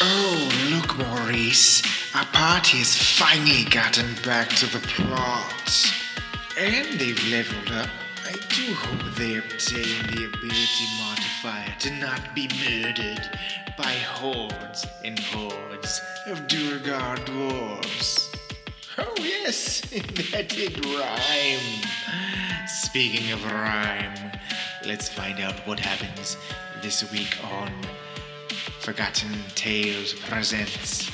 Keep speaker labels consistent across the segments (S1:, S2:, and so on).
S1: Oh, look, Maurice. Our party has finally gotten back to the plot. And they've leveled up. I do hope they obtain the ability modifier to not be murdered by hordes and hordes of Durgar dwarves. Oh, yes, that did rhyme. Speaking of rhyme, let's find out what happens this week on Forgotten Tales presents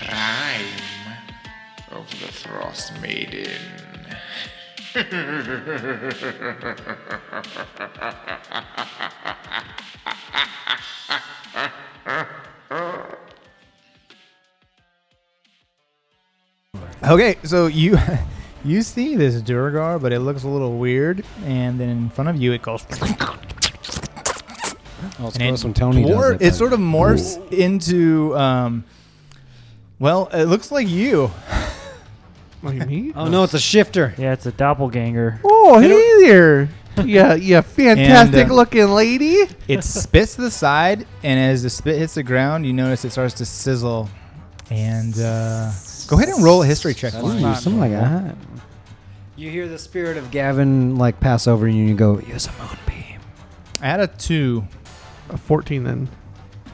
S1: Rhyme of the Frost Maiden.
S2: Okay, so you you see this Durgar, but it looks a little weird, and then in front of you it goes.
S3: Oh, it's
S2: and
S3: gross when Tony does
S2: dwar-
S3: it.
S2: it sort of morphs into um, well, it looks like you.
S4: What do you mean?
S3: Oh no, it's a shifter.
S5: Yeah, it's a doppelganger.
S4: Oh, hey there. yeah, yeah, fantastic
S2: And, uh,
S4: looking lady.
S2: It spits to the side, and as the spit hits the ground, you notice it starts to sizzle. And uh, go ahead and roll a history check. for me.
S3: Ooh, something like that. You hear the spirit of Gavin like pass over you and you go, use a moonbeam.
S2: I had a two.
S4: A 14 then.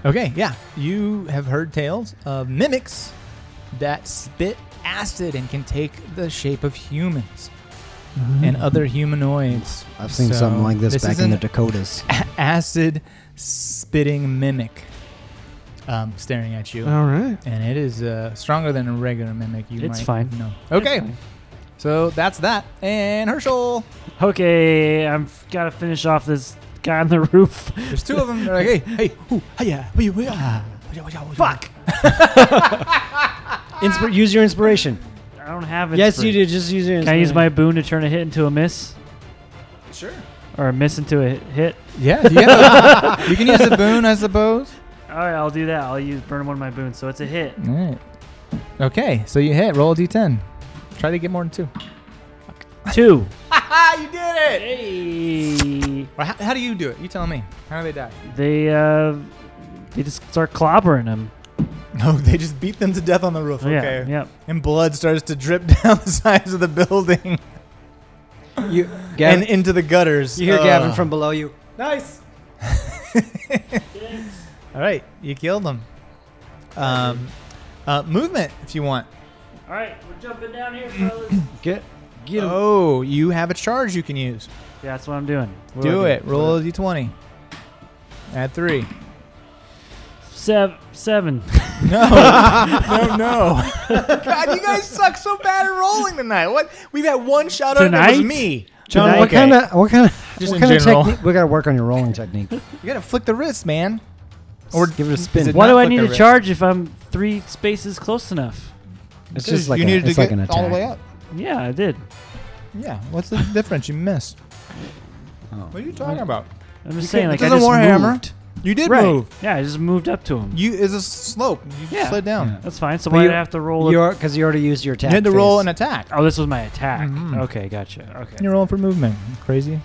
S2: Okay, yeah. You have heard tales of mimics that spit acid and can take the shape of humans and other humanoids.
S3: Mm-hmm. I've seen
S2: So,
S3: something like this, back
S2: is
S3: in the
S2: an
S3: Dakotas.
S2: a- acid spitting mimic um, staring at you.
S3: Oh.
S4: All right.
S2: and it is uh, stronger than a regular mimic. You
S5: It's
S2: might
S5: fine.
S2: know. Okay,
S5: fine.
S2: so that's that. And Herschel,
S5: Okay, I'm f- gotta finish off this guy on the roof.
S2: there's two of them. They're like, hey, hey, who, hiya, we, we, ah, we- we- we-
S5: Fuck!
S3: Inspir- use your inspiration.
S5: I don't have it.
S3: yes, you did. Just use your
S5: Can
S3: inspiration.
S5: I use my boon to turn a hit into a miss,
S2: Sure.
S5: or a miss into a hit?
S2: Yeah, you, have a- you can use the boon, I suppose.
S5: All right, I'll do that. I'll use burn one of my boons, so it's a hit.
S2: All right. Okay, so you hit. Roll a d10. Try to get more than two.
S5: Two.
S2: Ah, you did
S5: Hey.
S2: How, how do you do it? You tell me. How do they die?
S5: They uh, they just start clobbering him.
S2: No,
S5: Oh,
S2: they just beat them to death on the roof. Okay.
S5: Yeah. Yep.
S2: And blood starts to drip down the sides of the building
S3: You, Gavin,
S2: and uh, into the gutters.
S3: you hear Gavin
S2: Ugh.
S3: from below you.
S2: Nice. All right, you killed them. Um, uh, movement, if you want.
S5: All right, we're jumping down here, fellas.
S3: Get, get him.
S2: Oh, you have a charge you can use.
S5: yeah, that's what I'm doing. What
S2: Do
S5: I
S2: it. Roll a d20. Add three.
S5: Sev- seven.
S2: No, no, no. Oh, God, you guys suck so bad at rolling tonight. What? We've had one shot on it. It was
S5: Tonight?
S2: me.
S3: John,
S5: Tonight-
S3: what kind of what kind of
S2: Just
S3: what
S2: in
S3: kind of
S2: general.
S3: technique? We gotta work on your rolling technique.
S2: You gotta flick the wrist, man.
S3: or give it a spin.
S2: it
S5: Why
S2: not
S5: do I
S2: put
S5: need
S2: the
S5: to
S2: wrist?
S5: charge if I'm three spaces close enough?
S3: It's just like
S2: you
S3: a,
S2: needed
S3: it's
S2: to
S3: like
S2: get
S3: an attack.
S2: all the way up.
S5: Yeah, I did.
S2: Yeah. What's the difference? You missed.
S3: Oh.
S2: What are you talking about?
S5: I'm just saying, like I
S2: This isn't
S5: just
S2: Warhammer.
S5: moved.
S2: You did
S5: Right.
S2: move.
S5: Yeah, I just moved up to him.
S2: You is a slope. You
S5: Yeah.
S2: slid down.
S3: Yeah.
S5: That's fine. So
S3: But
S5: why
S3: you-
S5: do I have to roll? A-
S3: You're because you already used your attack.
S2: You had to roll an
S3: phase.
S2: attack.
S5: oh, this was my attack.
S2: Mhm.
S5: Okay, gotcha. Okay.
S2: You're rolling for movement. Crazy.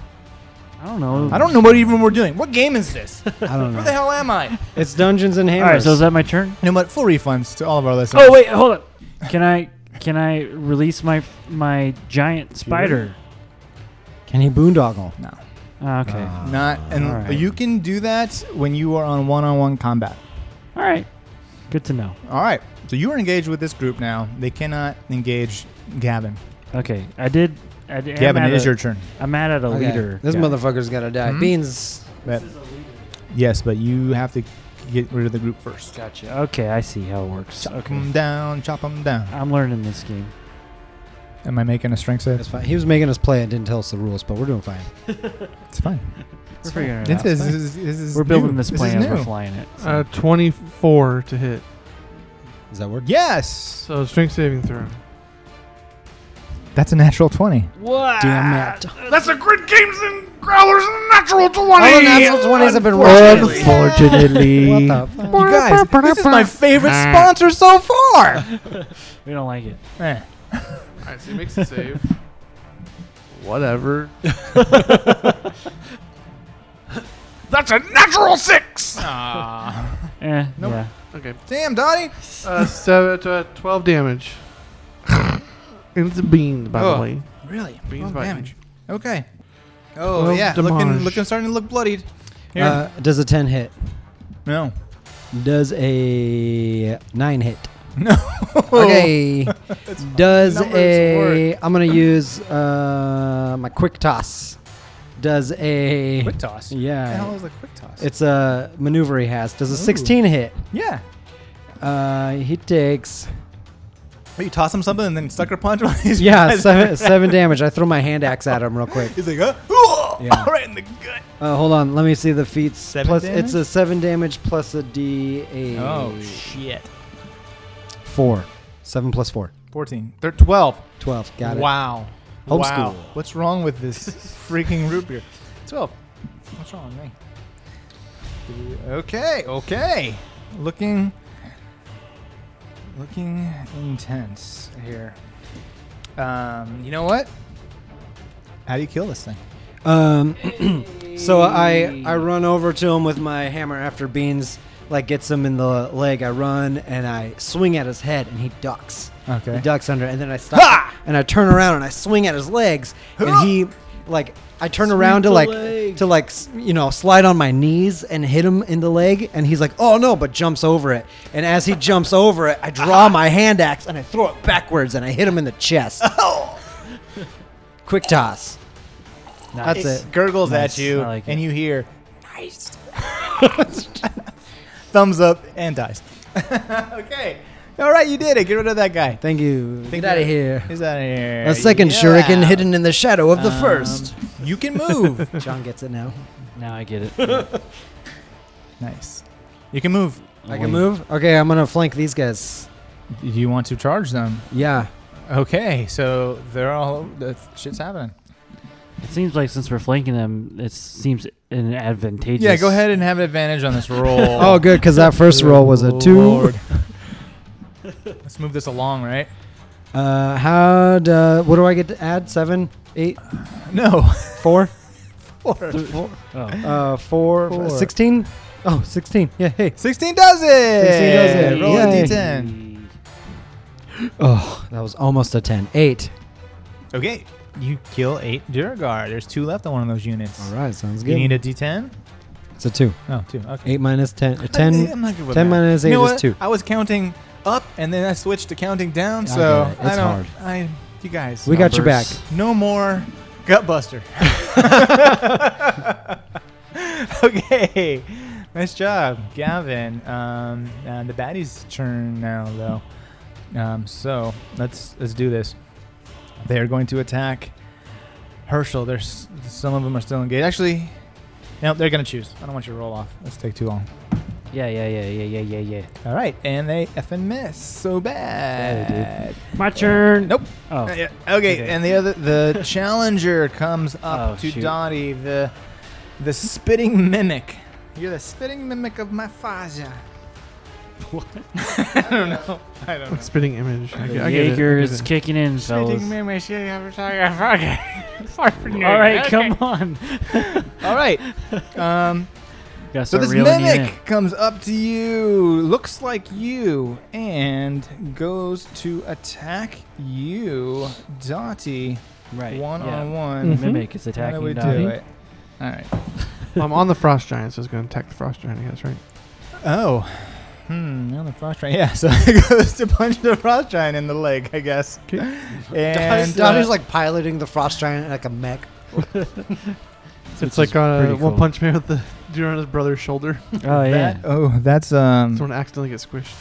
S5: I don't know.
S2: I don't know what even we're doing. What game is this?
S3: I don't
S2: Where the
S3: know.
S2: hell am I?
S3: It's Dungeons and
S5: All right,
S3: Hammers.
S5: so is that my turn?
S2: You know what? Full refunds to all of our listeners.
S5: Oh wait, hold up. Can I can I release my my giant spider?
S3: Can he boondoggle?
S2: No.
S5: Ah, okay.
S2: Not. And
S5: All right.
S2: you can do that when you are on one-on-one combat.
S5: All right. Good to know.
S2: All right. So you are engaged with this group now. They cannot engage Gavin.
S5: Okay, I did. I did
S2: Gavin,
S5: I'm
S2: it
S5: at
S2: is
S5: a-
S2: your turn.
S5: I'm mad at a
S3: Okay,
S5: leader.
S3: This
S5: guy.
S3: motherfucker's gotta die.
S2: Hmm?
S3: Beans.
S2: But, yes, but you have to get rid of the group first.
S5: Gotcha. Okay, I see how it works.
S2: Chop
S5: Okay.
S2: them down. Chop them down.
S5: I'm learning this game.
S2: Am I making a strength save?
S3: That's fine. He was making us play and didn't tell us the rules, but we're doing fine.
S2: It's fine.
S5: We're figuring it
S2: This
S5: out.
S2: is, this is, this is
S5: We're building
S2: new.
S5: this
S2: is
S5: plan. We're
S2: new.
S5: flying it. so.
S4: Uh, 24 to hit.
S3: Does that work?
S2: Yes.
S4: So strength saving throw.
S2: That's a natural 20.
S5: what?
S3: Damn it.
S1: That's a great games and growlers and natural 20!
S3: All the natural 20s have been rolled.
S5: Unfortunately,
S3: What the fuck?
S2: You guys, this is my favorite sponsor so far.
S5: we don't like it.
S2: Eh.
S4: All right, so he makes a save. Whatever.
S1: That's a natural 6!
S5: Eh,
S2: Nope.
S5: yeah.
S4: Okay.
S2: Damn, Dottie.
S4: Uh, so it's uh, 12 damage. and it's beans, by
S2: Oh.
S4: the way.
S2: Really?
S4: Beans
S2: Well,
S4: by
S2: damage. Okay. Oh
S4: Twelve
S2: yeah, looking,
S4: damage.
S2: looking, starting to look bloodied. Here.
S3: Uh, does a 10 hit?
S2: no.
S3: Does a 9 hit?
S2: No.
S3: Okay. Does
S2: Oh. numbers
S3: a. I'm going to use uh, my quick toss. Does a.
S2: Quick toss. What the hell
S3: Yeah.
S2: is a quick toss?
S3: It's a maneuver he has. Does a
S2: Ooh.
S3: 16 hit?
S2: yeah.
S3: Uh, he takes.
S2: But you toss him something and then sucker punch him. He's-
S3: Yeah, seven, seven damage. I throw my hand axe at him real quick.
S2: He's like, huh?
S3: Yeah.
S2: Right in the gut.
S3: Uh, hold on, let me see the feats.
S2: Seven
S3: plus,
S2: damage?
S3: it's a seven damage plus a D eight.
S2: Oh shit.
S3: four. Seven plus four.
S2: 14. Thir- 12.
S3: Twelve. Got it.
S2: Wow.
S3: Homeschool.
S2: Wow. What's wrong with this freaking root beer? 12. What's wrong with me? Okay, okay. Looking looking intense here. Um, you know what? How do you kill this thing?
S3: Um, so I I run over to him with my hammer after Beans like gets him in the leg. I run and I swing at his head and he ducks.
S2: Okay.
S3: He ducks under and then I stop and I turn around and I swing at his legs and he like I turn around to
S5: the
S3: like
S5: leg.
S3: to like s- you know slide on my knees and hit him in the leg and he's like oh no but jumps over it and as he jumps over it I draw my hand axe and I throw it backwards and I hit him in the chest.
S5: Oh.
S3: Quick toss. That's it.
S2: Gurgles
S5: Nice.
S2: at you,
S5: I like
S2: and
S5: it.
S2: you hear, nice. Thumbs up and dies. okay. All right, you did it. Get rid of that guy.
S3: Thank you.
S2: Think
S3: Get out
S2: that-
S3: of here.
S2: He's out of here.
S3: A second
S2: Yeah.
S3: shuriken hidden in the shadow of the
S5: Um,
S3: first.
S2: You can move.
S3: John gets it now.
S5: Now I get it.
S2: nice. You can move.
S3: I can move. Okay, I'm gonna flank these guys.
S2: Do you want to charge them?
S3: Yeah.
S2: Okay, so they're all the shit's happening.
S5: It seems like since we're flanking them, it seems an advantageous.
S2: Yeah, go ahead and have advantage on this roll.
S3: Oh, good, because that first roll was a two.
S2: Lord. Let's move this along, right?
S3: Uh, how? Do, what do I get to add? Seven, eight,
S2: No.
S3: four,
S5: Oh.
S3: uh, four,
S2: Four.
S3: sixteen. Oh, 16. Yeah. Hey.
S2: 16 does it.
S3: 16 does it.
S2: Roll
S3: Yay.
S2: a d10.
S3: Oh, that was almost a ten. Eight.
S2: Okay. You kill eight Duragar. There's two left on one of those units.
S3: All right, sounds
S2: You
S3: good.
S2: need a d10?
S3: it's a two.
S2: Oh, two. Okay.
S3: Eight minus ten. A
S2: I'm,
S3: ten.
S2: I'm not good with
S3: 10
S2: math.
S3: minus
S2: You know
S3: 8 is
S2: what?
S3: 2.
S2: I was counting up and then I switched to counting down,
S3: I
S2: so
S3: get it.
S2: I
S3: It's
S2: don't.
S3: hard.
S2: I, you guys,
S3: We got your back.
S5: Numbers.
S2: no more gutbuster. okay, nice job, Gavin. Um, uh, the baddies' turn now, though. Um, so let's let's do this. They are going to attack Herschel. There's some of them are still engaged. Actually, no, they're going to choose. I don't want you to roll off. Let's take too long.
S5: Yeah, yeah, yeah, yeah, yeah, yeah, yeah.
S2: All right, and they effing miss so
S5: Yeah,
S2: bad.
S5: My turn.
S2: Nope.
S5: Oh.
S2: Uh, yeah, Okay,
S5: Okay.
S2: and the other the challenger comes up
S5: Oh,
S2: to
S5: shoot.
S2: Dottie, the the spitting mimic. You're the spitting mimic of my father. What? I don't know. I don't know.
S4: Spitting image. I, get-
S5: The
S4: I get it. I
S5: Jaeger
S4: get
S5: is
S4: it.
S5: kicking in, fellas.
S2: Spitting mimic.
S5: All right, come on.
S2: All right. Um,
S5: Gotta
S2: so
S5: start
S2: this
S5: reeling you in.
S2: mimic comes up to you, looks like you, and goes to attack you, Dottie.
S5: Right.
S2: One
S5: yeah.
S2: on one.
S5: Mimic is
S2: Mm-hmm. How
S5: attacking
S2: do we
S5: Dottie.
S2: do it? All right.
S4: I'm on the frost giant, so it's going to attack the frost giant. I guess right.
S2: Oh. Hmm, on the frost giant. Yeah, so it goes to punch the frost giant in the leg, I guess. And
S3: Donnie's
S2: uh,
S3: like piloting the frost giant like a mech.
S4: It's, like
S5: is
S4: uh,
S5: pretty
S4: One
S5: cool.
S4: Punch Man with the dude on his brother's shoulder.
S5: Oh yeah.
S2: that, oh, that's um,
S4: Someone accidentally gets squished.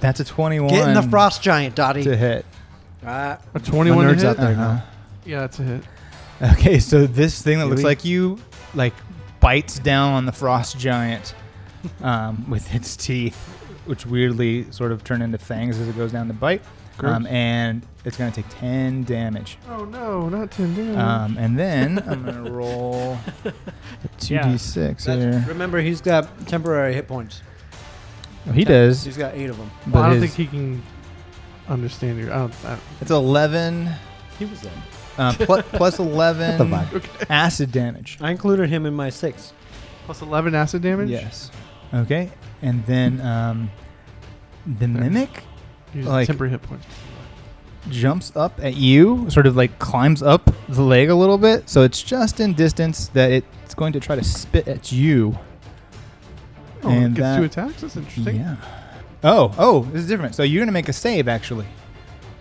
S2: that's a twenty-one.
S3: Get in the frost giant, Dottie.
S2: to hit.
S3: Uh,
S4: A 21
S3: My
S4: to
S3: nerd's
S4: hit.
S3: out there.
S2: Uh-huh.
S4: Yeah, that's a hit.
S2: Okay, so this thing that looks
S3: Really?
S2: like you like bites down on the frost giant um, with its teeth, which weirdly sort of turn into fangs as it goes down to bite, um, and it's going to take ten damage.
S4: Oh no, not 10 damage.
S2: Um, and then I'm going to roll two
S5: Yeah.
S2: d six
S3: That's-
S2: here.
S3: Remember, he's got temporary hit points.
S2: Oh, he does,
S3: He's got eight of them.
S4: Well, I
S2: but
S4: don't
S2: his,
S4: think he can understand your. I don't, I
S2: it's eleven
S3: He was there.
S2: uh, plus, plus eleven
S3: vibe.
S2: acid damage.
S3: I included him in my six.
S4: don't- plus 11 acid damage.
S2: Yes. Okay, and then um, the mimic
S4: Use
S2: Like-
S4: temporary hit points.
S2: jumps up at you, sort of like climbs up the leg a little bit. So it's just in distance that it's going to try to spit at you.
S4: Oh,
S2: And
S4: it gets two
S2: that-
S4: attacks. That's interesting.
S2: Yeah. Oh, oh, this is different. So you're gonna make a save actually.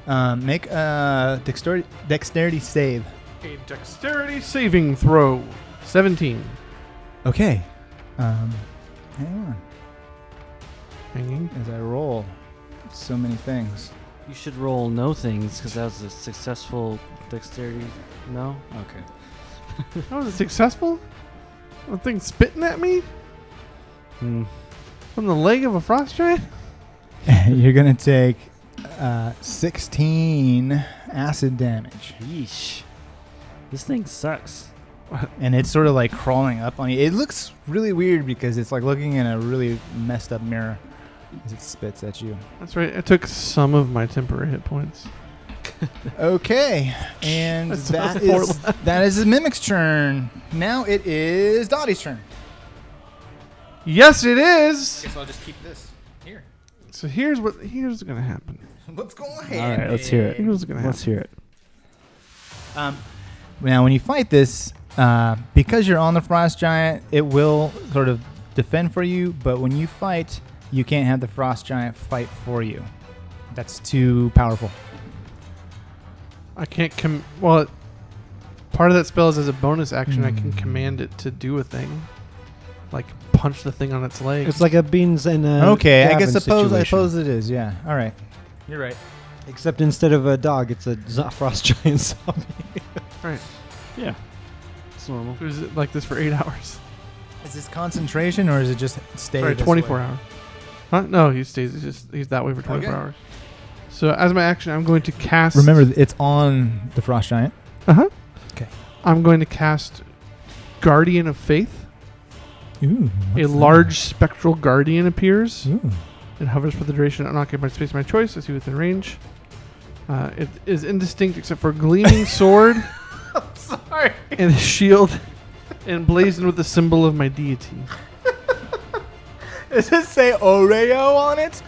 S2: Um, make a dexterity dexterity save.
S4: A dexterity saving throw. 17.
S2: Okay. Um, hang on,
S4: Hanging.
S2: as I roll, so many things.
S5: You should roll no things because that was a successful dexterity. No. Okay.
S4: That was successful? That thing spitting at me?
S5: Hmm.
S4: From the leg of a frost giant?
S2: you're gonna take uh, 16 acid damage,
S5: Yeesh. This thing sucks.
S2: and it's sort of like crawling up on you. It looks really weird because it's like looking in a really messed up mirror as it spits at you.
S4: That's right. I took some of my temporary hit points.
S2: Okay, and
S4: That's what
S2: that
S4: the four
S2: is that is the mimic's turn. Now it is Dottie's turn.
S4: Yes, it is.
S2: Guess I'll just keep this here.
S4: So here's what here's gonna happen.
S2: What's going on?
S5: All right, let's hear it.
S4: Here's what's gonna happen.
S5: Let's hear it.
S2: Um, now, when you fight this, uh, because you're on the frost giant, it will sort of defend for you. But when you fight, you can't have the frost giant fight for you. That's too powerful.
S4: I can't com. Well, it- part of that spell is as a bonus action. I
S2: Hmm.
S4: can command it to do a thing, like punch the thing on its leg.
S3: It's like a beans and a
S2: okay, I guess
S3: Gavin
S2: suppose I
S3: situation.
S2: suppose it is. Yeah. All right. You're right.
S3: Except instead of a dog, it's a zo- frost giant zombie.
S5: Yeah. It's normal.
S4: it was like this for eight hours
S2: Is this concentration or is it just stay?
S4: or
S2: this
S4: twenty-four
S2: way?
S4: hours. Huh? No, he stays. He's just he's that way for twenty-four
S2: Okay.
S4: hours. So as my action, I'm going to cast.
S2: Remember, th- it's on the frost giant.
S4: Uh huh.
S2: Okay.
S4: I'm going to cast Guardian of Faith.
S2: Ooh,
S4: a large spectral guardian appears.
S2: Ooh.
S4: It hovers for the duration of unoccupied space of my choice. I see within range. Uh, it is indistinct except for a gleaming sword. I'm sorry. And a shield emblazoned with the symbol of my deity.
S2: Does it say Oreo on it?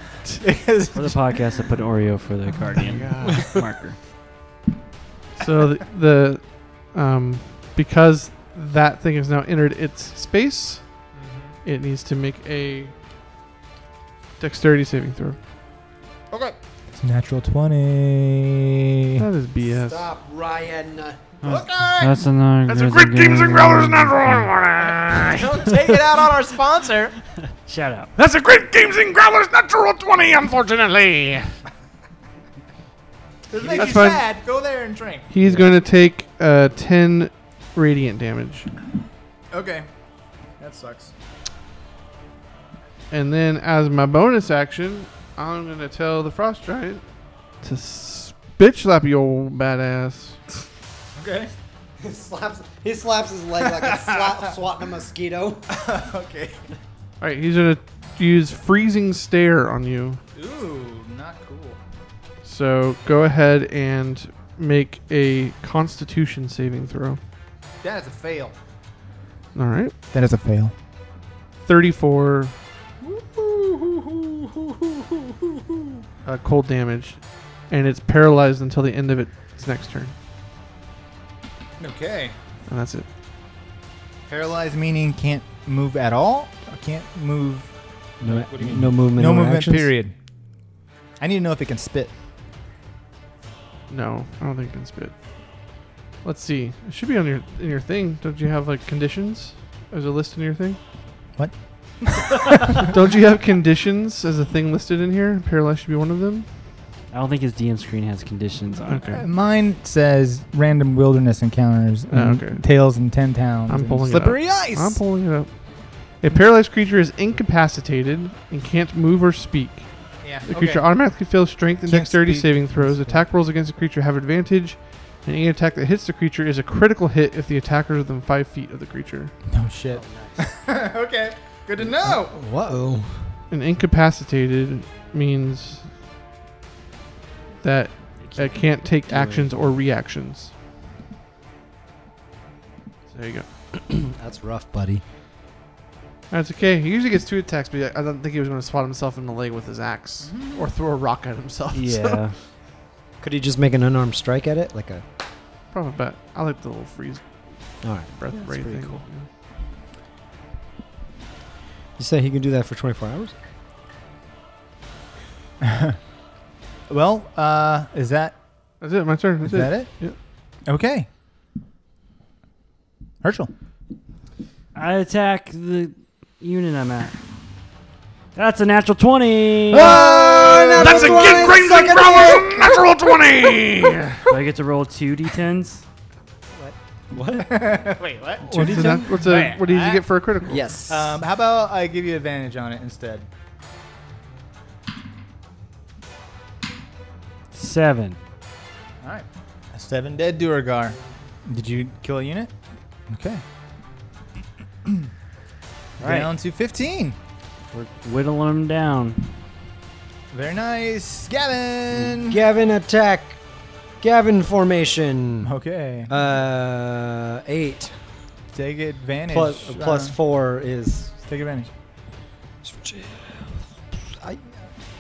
S2: Because
S5: For the podcast, I put an Oreo for the Guardian marker.
S4: So the, the um, because that thing has now entered its space, it needs to make a dexterity saving throw.
S1: Okay.
S2: it's natural twenty.
S4: That is BS.
S3: Stop, Ryan.
S5: That's another.
S4: That's a great Games and Growlers natural.
S1: Don't take it out on our sponsor.
S5: Shout out.
S4: That's a great Games and Growlers natural twenty. Unfortunately.
S2: Does it
S4: make That's you fine.
S2: Go there and drink.
S4: He's going to take uh, 10 radiant damage.
S2: Okay, that sucks.
S4: And then, as my bonus action, I'm going to tell the Frost Giant to s- bitch slap you, old badass.
S2: Okay,
S3: He slaps, he slaps his leg like a slap, swatting a mosquito.
S2: okay.
S4: All right, he's going to use Freezing Stare on you.
S2: Ooh, not cool.
S4: So go ahead and make a Constitution saving throw.
S2: That is a fail.
S4: All right.
S2: That is a fail.
S4: 34 uh, cold damage. And it's paralyzed until the end of its next turn.
S2: Okay.
S4: And that's it.
S2: Paralyzed meaning can't move at all. Or can't move.
S3: No, no movement.
S2: no
S3: or
S2: movement.
S3: actions?
S2: Period. I need to know if it can spit.
S4: No, I don't think it can spit. Let's see. It should be on your in your thing. Don't you have like conditions? There's a list in your thing.
S2: What?
S4: don't you have conditions as a thing listed in here? Paralyzed should be one of them.
S5: I don't think his DM screen has conditions on
S4: Okay.
S5: it.
S2: Mine says random wilderness encounters.
S4: Oh,
S2: and
S4: okay.
S2: Tales in ten towns.
S4: I'm
S2: and
S4: pulling it up.
S2: slippery ice.
S4: I'm pulling it up. A paralyzed creature is incapacitated and can't move or speak.
S2: yeah.
S4: The creature automatically fails strength and
S2: Can't
S4: dexterity
S2: speak.
S4: saving throws. Attack rolls against the creature have advantage, and any attack that hits the creature is a critical hit if the attacker is within five feet of the creature.
S2: No Oh, shit. okay. Good to know.
S3: Whoa.
S4: An incapacitated means that it can't take
S5: do
S4: actions or reactions. So there you go.
S3: That's rough, buddy.
S4: That's okay. He usually gets two attacks, but I don't think he was going to swat himself in the leg with his axe
S2: Mm-hmm.
S4: or throw a rock at himself. so-
S5: Yeah.
S3: Could he just make an unarmed strike at it? Like a.
S4: probably, but I like the little freeze
S3: All right.
S4: breath
S5: That's
S4: ray
S5: pretty
S4: thing.
S5: cool.
S4: Yeah.
S3: You said he can do that for 24 hours?
S2: Well, uh, is that
S4: That's it. My turn.
S2: is
S4: That's
S2: that
S4: it.
S2: it? Okay. Herschel.
S5: I attack the unit I'm at. That's a natural 20.
S4: Ah!
S1: That's a get great big brother natural 20!
S5: Do I get to roll two d10s?
S2: Wait, what?
S4: What's a, nat- what's a, what did you get for a critical?
S3: Yes.
S2: Um, how about I give you advantage on it instead?
S5: Seven.
S2: All right. Seven dead Duragar. Did you kill a unit? Okay.
S5: right.
S2: Down to 15.
S5: We're whittling them down.
S2: Very nice. Gavin.
S3: Gavin attack. Gavin formation.
S2: Okay.
S3: Uh, eight
S2: Take advantage.
S3: plus, plus
S2: Uh,
S3: four is.
S2: Take advantage.
S3: I,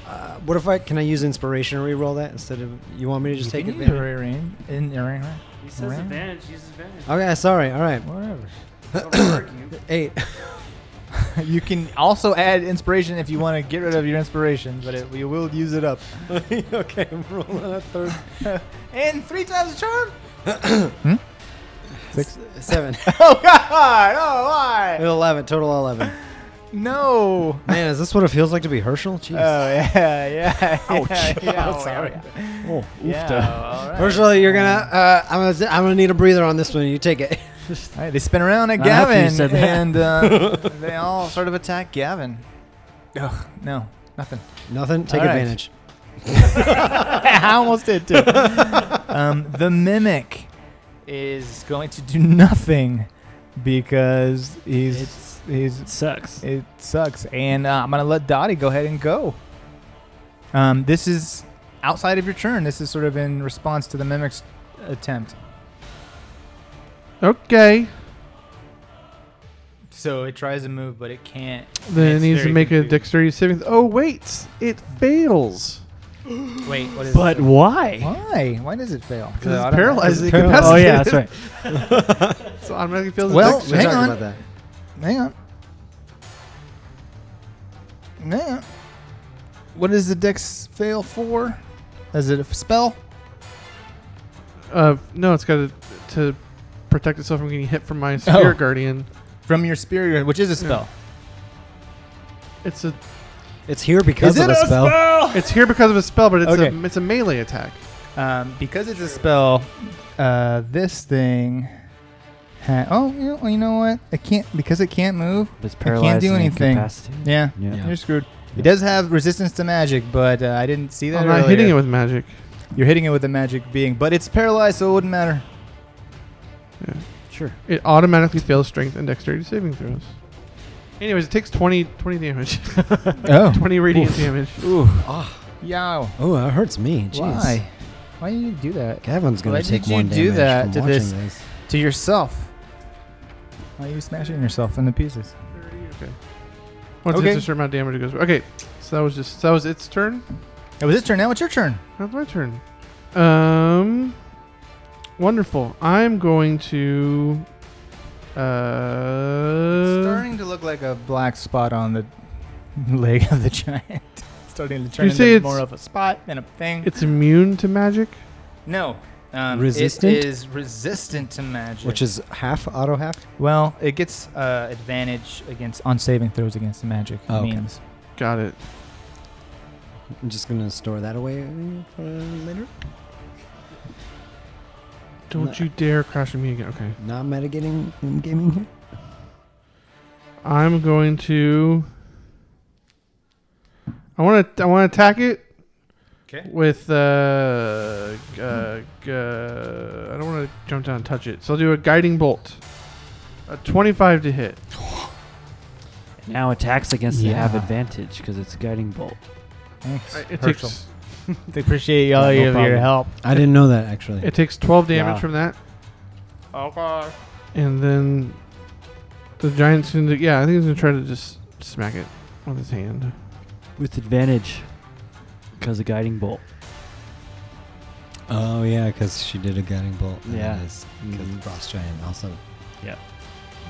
S3: uh, what if I can I use inspiration to reroll that instead of you want me to just
S2: You
S3: take
S2: can
S3: advantage?
S2: either arrange- in- arrange-
S5: He
S2: says Right. advantage,
S5: Use advantage.
S3: Okay, sorry. All right,
S2: Whatever.
S3: eight.
S2: you can also add inspiration if you want to get rid of your inspiration, but it, we will use it up.
S3: okay, I'm rolling a third.
S2: And three times the charm.
S3: Six, seven,
S2: Oh God! Oh why?
S3: eleven, total eleven.
S2: No.
S3: Man, is this what it feels like to be Herschel?
S2: Oh
S3: Jeez.
S2: yeah, yeah.
S3: Ouch.
S2: Yeah, yeah,
S3: I'm
S2: oh,
S3: sorry.
S2: yeah,
S5: Oh,
S2: Yeah, all right.
S3: Herschel, you're gonna. Uh, I'm gonna. s- I'm gonna need a breather on this one. You take it.
S2: All right, they spin around at
S5: Not after you
S2: Gavin,
S5: said that.
S2: and uh, they all sort of attack Gavin. Ugh, no, nothing.
S3: Nothing. Take
S2: All right.
S3: advantage.
S2: I almost did too. um, the mimic is going to do nothing because he's
S5: It's-
S2: he's
S5: It sucks.
S2: It sucks. And uh, I'm going to let Dottie go ahead and go. Um, this is outside of your turn. This is sort of in response to the mimic's attempt.
S4: Okay.
S2: So it tries to move, but it can't.
S4: Then
S2: It's
S4: it needs to
S2: very
S4: make a
S2: confusing.
S4: dexterity saving. Oh wait, it fails
S2: Wait, what is
S5: But why?
S2: Why? Why does it fail?
S4: because
S2: Uh, I
S4: it's
S2: don't know.
S4: paralyzed.
S3: It's paralyzed.
S5: Oh, yeah, that's
S4: incapacitated.
S5: right.
S4: So automatically fails. a
S2: Well,
S4: dex
S3: We're
S2: hang
S3: talking
S2: on.
S3: about that.
S2: Hang on. Hang on. What is the dex fail for? Is it a spell?
S4: Uh, no, it's got to, to protect itself from getting hit from
S2: Oh.
S4: my spirit guardian.
S2: From your spirit, which is a spell.
S4: It's a
S3: It's here because
S2: Is
S3: of
S2: it
S3: the
S2: a
S3: spell.
S4: it's here because of a spell, but it's
S2: Okay.
S4: a it's a melee attack.
S2: Um, because it's a spell, uh, this thing. Ha- oh, you know, you know what? It can't because it can't move.
S5: It's
S2: do
S5: paralyzed. and
S2: anything.
S5: incapacitated.
S2: Yeah,
S5: Yeah.
S2: you're screwed. It does have resistance to magic, but uh, I didn't uh, see that.
S4: I'm not
S2: earlier.
S4: hitting it with magic.
S2: You're hitting it with a magic being, but it's paralyzed, so it wouldn't matter.
S5: Sure.
S4: It automatically fails strength and dexterity saving throws. Anyways, it takes 20, 20 damage,
S2: Oh,
S4: twenty radiant damage.
S2: yow!
S3: Oh, that hurts me. Jeez.
S2: Why? Why did you do that
S3: Gavin's gonna
S2: Why
S3: take
S2: did you
S3: one
S2: do
S3: damage
S2: that
S3: from
S2: to
S3: watching
S2: this-
S3: this.
S2: to yourself? Why are you smashing yourself into pieces?
S4: Okay. Once
S2: Okay.
S4: it hits a certain amount of damage, it goes. Okay, so that was just that was its turn.
S2: It was his turn. Now it's your turn.
S4: Now it's my turn. Um, wonderful. I'm going to. Uh,
S2: starting to look like a black spot on the leg of the giant. starting to turn
S4: You say
S2: into
S4: it's-
S2: more of a spot than a thing.
S4: It's immune to magic.
S2: no. Um,
S3: Resistant?
S2: It is resistant to magic.
S3: Which is half auto half.
S2: well, it gets uh, advantage against on saving throws against the magic
S3: Oh, okay.
S2: means.
S4: Got it.
S3: I'm just gonna store that away for later.
S4: Don't
S3: Nah.
S4: you dare crash with me again. Okay.
S3: Not metagaming in gaming here.
S4: I'm going to. I want to. I want to attack it.
S2: 'Kay.
S4: With uh, g- uh, g- uh, I don't want to jump down and touch it, so I'll do a guiding bolt. A 25 to hit.
S5: Now attacks against it have
S2: Yeah.
S5: advantage because it's a guiding bolt.
S2: Thanks,
S4: I- It
S2: Herschel.
S4: takes
S2: They appreciate all
S5: No
S2: of your
S5: problem.
S2: help.
S3: I didn't know that actually.
S4: it takes 12 damage
S5: Yeah.
S4: from that, and then The giant's gonna. Yeah, I think he's gonna try to just smack it with his hand.
S5: with advantage because of guiding bolt.
S3: Oh yeah, because she did a guiding bolt. and
S5: Yeah.
S3: it is- 'cause
S5: Mhm.
S3: Frost Giant also.
S5: Yeah.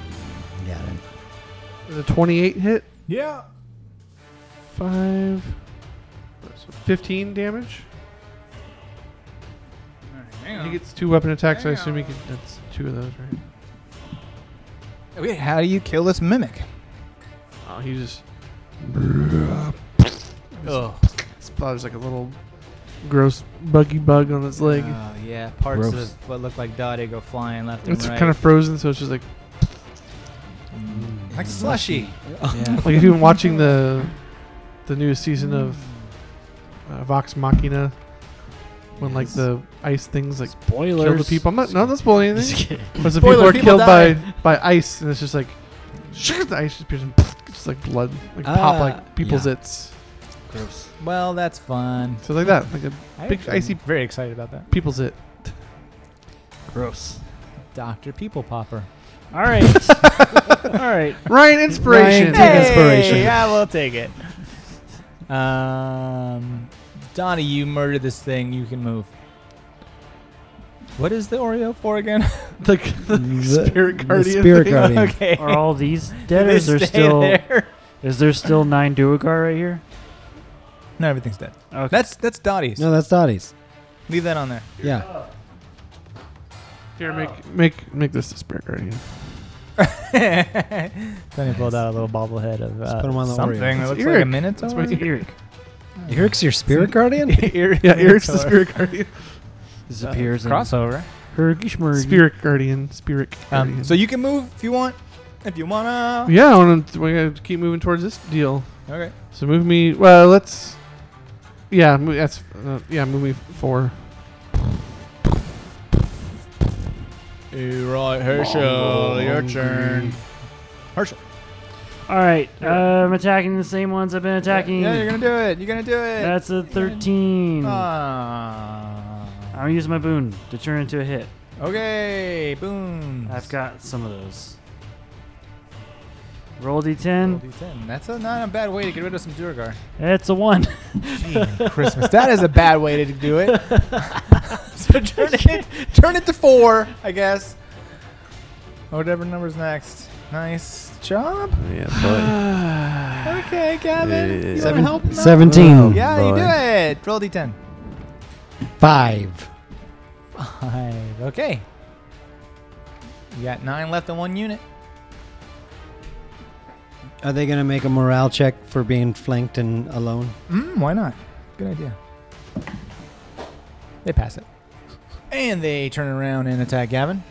S3: Mm, Got it.
S4: Is a 28 hit?
S2: Yeah.
S4: Five. that's 15 damage. He gets two weapon attacks. I assume he can. That's two of those, right?
S2: Wait, how do you kill this mimic?
S4: Oh, he just
S2: Oh,
S4: splatters like a little gross buggy bug on his leg.
S2: Oh, yeah, parts
S3: Gross.
S2: of his- what look like Dottie go flying left and
S4: it's
S2: right.
S4: kind of frozen, so it's just like
S2: like slushy.
S5: Yeah.
S4: like if you've been watching the the newest season of uh, Vox Machina, when like
S5: Yes.
S4: the ice things like
S5: Spoilers.
S4: kill the people. I'm not, no, that's spoiling anything. But the
S2: Spoiler,
S4: people
S2: people
S4: are killed
S2: die.
S4: by by ice, and it's just like the ice just appears and just like blood, like pop
S3: Ah,
S4: like people's
S3: yeah.
S4: its,
S3: Gross.
S2: Well, that's fun.
S4: so like that, like a Big
S2: actually am
S4: icy-
S2: Very excited about that.
S4: people's it.
S5: Gross.
S2: Doctor People Popper.
S5: All right. All right.
S4: Ryan,
S3: Ryan,
S4: inspiration.
S3: take Hey! inspiration.
S2: Yeah, we'll take it. Um, Donnie, you murdered this thing. You can move. What is the Oreo for again?
S4: The, the spirit guardian.
S3: Spirit
S4: thing.
S3: Guardian.
S2: okay.
S5: Are all these
S2: Do
S5: dead? or
S2: they
S5: Is there
S2: stay
S5: still
S2: there?
S5: is there still nine Duergar right here?
S2: No, everything's dead.
S5: Okay.
S2: That's that's Dottie's.
S3: No, that's Dottie's.
S2: Leave that on there.
S3: Yeah.
S4: Here, make make make this the spirit guardian.
S2: Donnie pulled out a little bobblehead of
S3: Just
S2: uh,
S3: put 'em on the Oreo.
S2: something that
S4: It's
S2: looks like a
S4: Eric.
S2: minotaur.
S4: my-
S5: That's Eric.
S3: Eric's your Spirit Guardian.
S2: Eric
S4: Yeah, Eric's the
S2: minotaur.
S4: spirit guardian.
S2: uh,
S5: Disappears. in
S2: crossover.
S5: Hergishmerg.
S4: Spirit guardian. Spirit guardian.
S2: Um, so you can move if you want. If you wanna.
S4: yeah, I want to we're gonna keep moving towards this deal.
S2: Okay.
S4: So move me. Well, let's. Yeah, move, that's uh, yeah. Move me four.
S2: right, Herschel, your turn.
S5: All right. Uh, I'm attacking the same ones I've been attacking.
S2: Yeah, you're gonna do it. You're gonna do it.
S5: That's a 13.
S2: Ah.
S5: I'm using my boon to turn into a hit.
S2: okay, boom.
S5: I've got some of those. Roll d10.
S2: D10. That's a, not a bad way to get rid of some Durgar.
S5: It's a one.
S2: Christmas. That is a bad way to do it. so turn it, turn it to four, I guess. Whatever number's next. Nice job.
S6: Yeah,
S2: Okay, Gavin. You want to
S3: Seven-
S2: help? him out?
S3: Seventeen.
S2: Yeah, you
S6: boy.
S2: do it. Roll D10.
S3: Five.
S2: Five. Okay. You got nine left in one unit.
S3: Are they gonna make a morale check for being flanked and alone?
S2: Mm, why not? Good idea. They pass it. And they turn around and attack Gavin.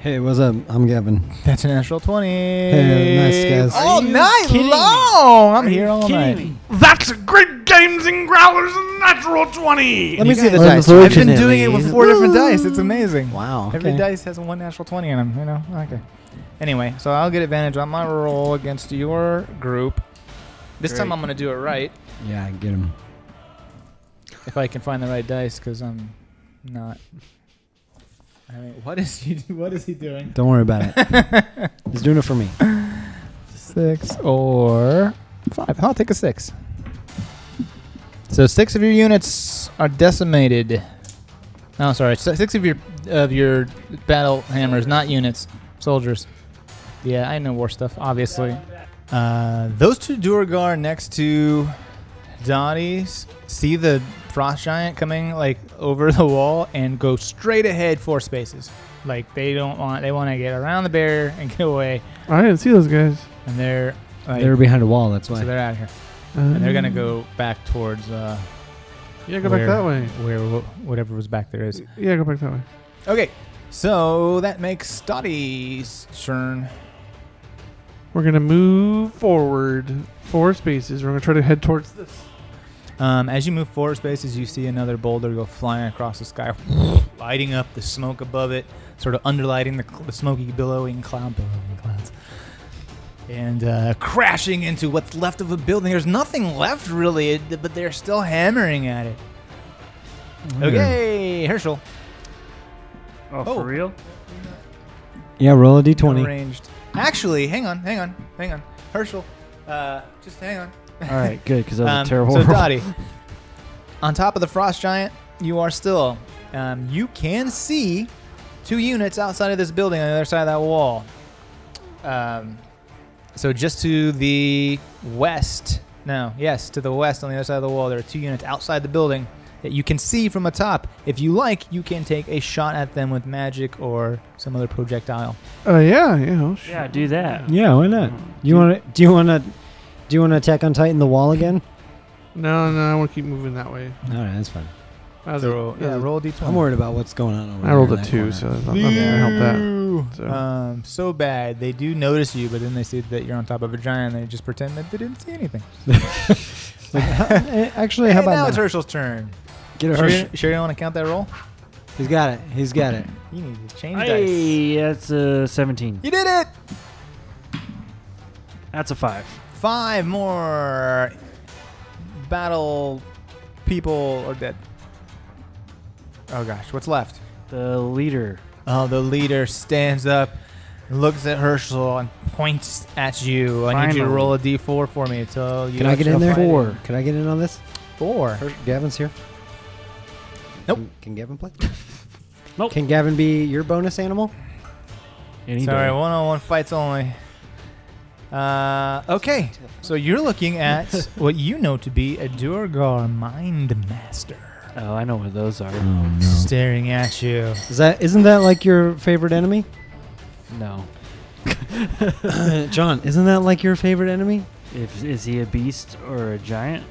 S3: Hey, what's up? I'm Gavin.
S2: That's a natural 20.
S3: Hey, nice, guys.
S2: All
S5: Are you
S2: night
S5: kidding me?
S2: long. I'm
S5: Are
S2: here
S5: you
S2: all
S5: kidding
S2: night.
S5: me?
S6: That's a great games and growlers and natural twenty.
S3: Let me
S2: You
S3: see the
S2: guys-
S3: dice.
S2: I've been doing it with four different dice. It's amazing.
S3: Wow.
S2: Every
S3: okay.
S2: dice has one natural 20 on them, you know? Okay. Anyway, so I'll get advantage on my roll against your group. This time
S3: Great.
S2: I'm going to do it right.
S3: Yeah, I get him.
S2: if I can find the right dice, because I'm not. I mean, what is he? What is he doing?
S3: Don't worry about it. He's doing it for me.
S2: Six or five? I'll take a six. So six of your units are decimated. No, sorry, si- six of your of your battle hammers, not units, soldiers. Yeah, I know war stuff, obviously. Uh, those two Durgar next to Dottie's see the frost giant coming like over the wall and go straight ahead four spaces. Like they don't want they want to get around the barrier and get away,
S4: I didn't see those guys.
S2: and they're like,
S3: They were behind a wall. That's
S2: so
S3: why.
S2: they're out of here,
S4: Um,
S2: and they're gonna go back towards uh,
S4: Yeah, go back
S2: where-
S4: that way.
S2: where wh- whatever was back there is.
S4: Yeah, go back that way.
S2: Okay, so that makes Dottie's turn.
S4: We're gonna move forward four spaces. We're gonna try to head towards this.
S2: Um, as you move four spaces, you see another boulder go flying across the sky, lighting up the smoke above it, sort of underlighting the, cl- the smoky, billowing cloud, billowing clouds, and uh, crashing into what's left of a building. There's nothing left, really, it- but they're still hammering at it. Okay, Herschel.
S5: Oh,
S2: Oh.
S5: for real?
S3: Yeah, roll a d20.
S2: Arranged. Actually, hang on, hang on, hang on. Herschel, uh, just hang on.
S5: All right, good, because that was
S2: Um,
S5: a terrible
S2: so,
S5: roll.
S2: Dottie, on top of the frost giant, you are still. Um, you can see two units outside of this building on the other side of that wall. Um, so just to the west. No, yes, to the west on the other side of the wall, there are two units outside the building that you can see from atop. If you like, you can take a shot at them with magic or some other projectile.
S4: Uh, yeah, yeah. oh, sh-
S5: Yeah, do that.
S7: Yeah, why not? You want to? Do you want to? Do you want to attack on Titan the wall again?
S4: No, no, I want to keep moving that way.
S7: All right, that's fine.
S4: That was a-
S2: So,
S4: that
S2: yeah,
S4: was a-
S2: roll a d20.
S3: I'm worried about what's going on over
S4: I
S3: there
S4: rolled
S3: in
S4: a
S3: that
S4: two,
S3: corner.
S4: so that's not going to help that. So-
S2: Um, so bad. They do notice you, but then they see that you're on top of a giant. They just pretend that they didn't see anything.
S7: Eh, Actually, how
S2: And now
S7: about
S2: it's
S7: that?
S2: Herschel's turn.
S7: get a
S2: Sure,
S7: Herschel?
S2: you- sure you want to count that roll?
S3: He's got it. He's got it.
S2: You need to change dice.
S5: Hey, that's a 17.
S2: You did it!
S5: That's a 5.
S2: Five more battle people are dead. Oh gosh, what's left?
S5: The leader.
S2: Oh, the leader stands up, looks at Herschel, and points at you. I need you to
S5: Finally.
S2: roll a d4 for me. So you
S7: Can I
S2: let
S7: get
S2: your
S7: in there?
S2: fighting-
S7: Four.
S3: Can I get in on this?
S2: Four.
S3: Hersh- Gavin's here.
S2: Nope.
S3: Can, can Gavin play?
S5: Nope.
S3: Can Gavin be your bonus animal?
S5: Any
S2: Sorry,
S5: day.
S2: one on one fights only. Uh, okay, so you're looking at what you know to be a Durgar Mind Master
S5: Oh, I know what those are.
S2: Oh. staring at you.
S3: Is that isn't that like your favorite enemy?
S5: No.
S3: John, isn't that like your favorite enemy?
S5: If Is he a beast or a giant?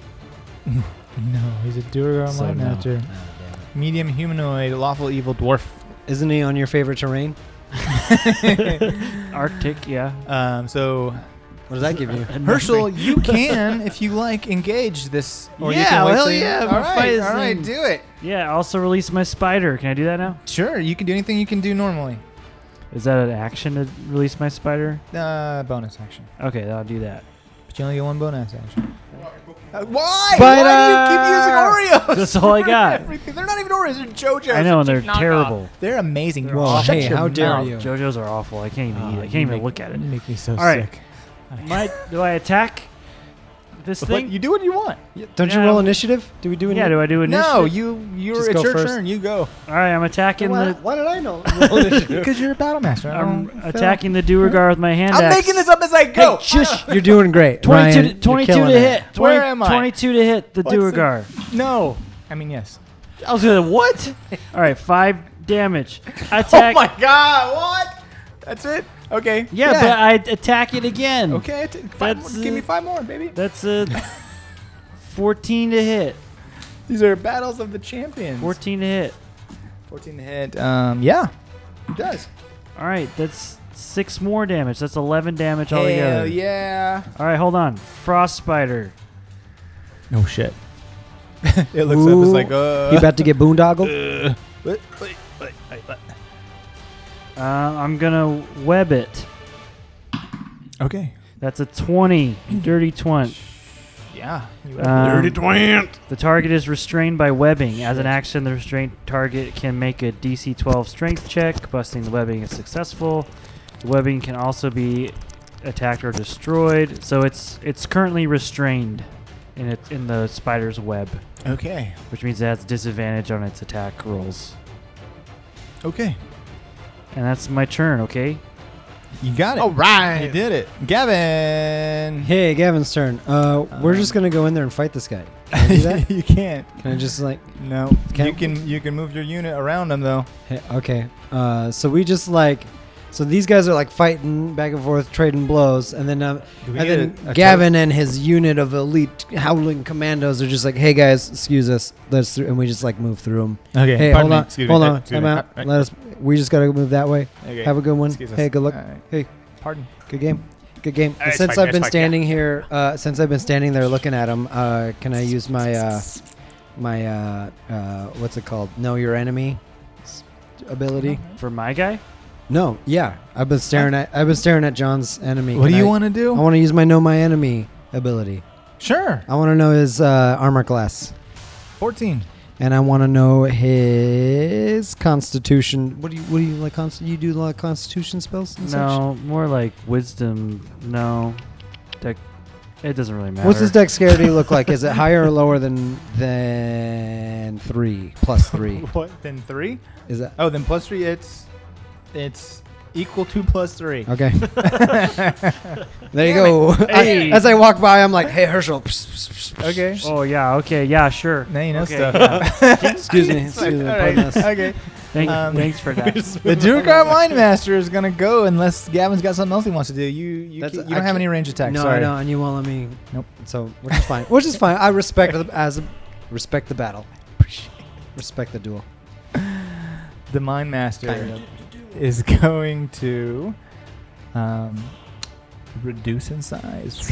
S2: No, he's a Durgar
S5: So
S2: Mind
S5: no.
S2: Master. Medium humanoid, lawful evil dwarf.
S3: Isn't he on your favorite terrain?
S5: Arctic, yeah.
S2: Um, so,
S3: What does that give you?
S2: Herschel, you can, if you like, engage this. you
S5: Yeah,
S2: can wait
S5: hell
S2: till you-
S5: yeah, I'm
S2: All
S5: gonna fight
S2: right,
S5: this
S2: all right,
S5: thing.
S2: do it.
S5: Yeah, also release my spider. Can I do that now?
S2: Sure, you can do anything you can do normally.
S5: Is that an action to release my spider?
S2: Uh, bonus action.
S5: Okay, I'll do that.
S2: But you only get one bonus action. Uh, why? Why do you keep using Oreos?
S5: That's all I got.
S2: Everything. They're not even Oreos. They're JoJo's.
S5: I know, and they're terrible.
S2: They're amazing.
S5: They're awful.
S2: Shut
S3: hey,
S2: your
S3: how dare
S2: mouth.
S3: you?
S5: JoJo's are awful. I can't even
S2: Ah,
S5: eat it. I
S2: you
S5: can't even
S2: make-
S5: look at it.
S2: You make me so
S5: All right.
S2: sick.
S5: My, do I attack this
S2: But
S5: thing?
S2: you do what you want.
S3: Don't you
S5: Yeah.
S3: roll initiative? Do we do
S5: yeah, do I do initiative?
S2: No, you you're
S3: Just
S2: it's
S3: go
S2: your
S3: first.
S2: turn. You go.
S5: All right, I'm attacking
S3: why,
S5: the
S3: why did I know? Roll initiative.
S2: Because you're a battle master. I
S5: I'm
S2: don't- I feel-
S5: attacking the Duergar with my hand
S2: I'm
S5: axe.
S2: making this up as I go.
S3: Hey, shush! You're doing great.
S5: 22
S3: Ryan,
S5: Oh, to,
S3: you're
S5: 22 to
S3: killing it.
S5: hit. 20,
S2: Where am I?
S5: 22 to hit the
S2: What's the-
S5: Duergar.
S2: No. I mean yes.
S5: I was gonna what? All right, five damage. Attack.
S2: Oh my god! What? That's it. Okay.
S5: yeah, but I attack it again.
S2: okay. I t- five more.
S5: That's,
S2: Give me
S5: uh,
S2: five more, baby.
S5: That's a 14 to hit.
S2: These are battles of the champions.
S5: 14 to hit.
S2: 14 to hit. Um, yeah, it does.
S5: All right, that's six more damage. That's 11 damage
S2: Hell
S5: altogether.
S2: yeah.
S5: All right, hold on. Frost spider.
S2: No shit. it looks up. It's
S3: Ooh.
S2: like, uh.
S3: You about to get boondoggle?
S5: Uh, I'm gonna web it.
S2: Okay.
S5: That's a 20, dirty 20.
S2: Yeah. you are.
S5: Um,
S6: twant.
S5: The target is restrained by webbing. As an action, the restrained target can make a DC 12 strength check. Busting the webbing is successful. The webbing can also be attacked or destroyed. So it's it's currently restrained in it, in the spider's web,
S2: okay.
S5: which means it has disadvantage on its attack rolls.
S2: Okay.
S5: And that's my turn, okay?
S2: You got it.
S4: All
S2: You
S4: right.
S2: did it. Gavin.
S3: Hey, Gavin's turn. Uh, we're
S2: Um,
S3: just gonna go in there and fight this guy. Can I do that?
S2: you can't.
S3: Can I just like?
S2: No.
S3: Can't-
S2: you can you can move your unit around them though.
S3: Hey, okay. Uh, so we just like, so these guys are like fighting back and forth, trading blows, and then uh,
S2: Do we
S3: and
S2: get
S3: then
S2: a- a
S3: Gavin and his unit of elite howling commandos are just like, "Hey guys, excuse us." Let's through, and we just like move through them.
S2: Okay.
S3: hey, hold on, hold
S2: Uh,
S3: on, time out.
S2: Right.
S3: Let us. We just gotta move that way.
S2: Okay.
S3: Have a good one.
S2: Excuse us. Uh,
S3: Hey, good luck.
S2: All right.
S3: Hey.
S2: Pardon.
S3: Good game. Good game. And
S6: it's
S3: since
S6: fine,
S3: I've
S6: it's
S3: been
S6: fine, yeah.
S3: standing here, uh, since I've been standing there looking at him, uh, can I use my uh, my uh, uh, what's it called? Know your enemy s- ability.
S5: For my guy?
S3: No, yeah, I've been staring at I've been staring at John's enemy.
S2: What do
S3: Can
S2: you
S3: I-
S2: want to do?
S3: I want to use my know my enemy ability.
S2: sure.
S3: I want to know his uh, armor class.
S2: 14.
S3: and I want to know his Constitution. What do you What do you like? Const- you do a lot of Constitution spells? And Such?
S5: No, more like wisdom. No, Dec- it doesn't really matter.
S3: What's his dexterity look like? Is it higher or lower than than three plus three?
S2: What? Then three?
S3: Is that
S2: Oh, then plus three. It's it's equal to plus three.
S3: okay? there you go. I-
S5: Hey.
S3: as I walk by, I'm like, "Hey, Herschel." psst, psst, psst, psst.
S2: Okay.
S5: Oh yeah. Okay. Yeah. Sure.
S2: Now you know
S5: Okay,
S2: stuff.
S5: yeah.
S3: Excuse me. Excuse me.
S2: Alright,
S3: pardon us.
S2: okay.
S5: Thank,
S2: Um,
S5: thanks for that.
S2: The Duergar Wine Master is gonna go unless Gavin's got something else he wants to do. You you,
S3: That's-
S2: ca- you
S3: I
S2: don't have
S3: can't-
S2: any range attack.
S3: No,
S2: sorry.
S3: I don't, and you won't let me.
S2: Nope.
S3: So, which is fine. which is fine. I respect the as respect the battle. Respect the duel.
S2: The Mine Master
S3: Kind
S2: is going to um, reduce in size,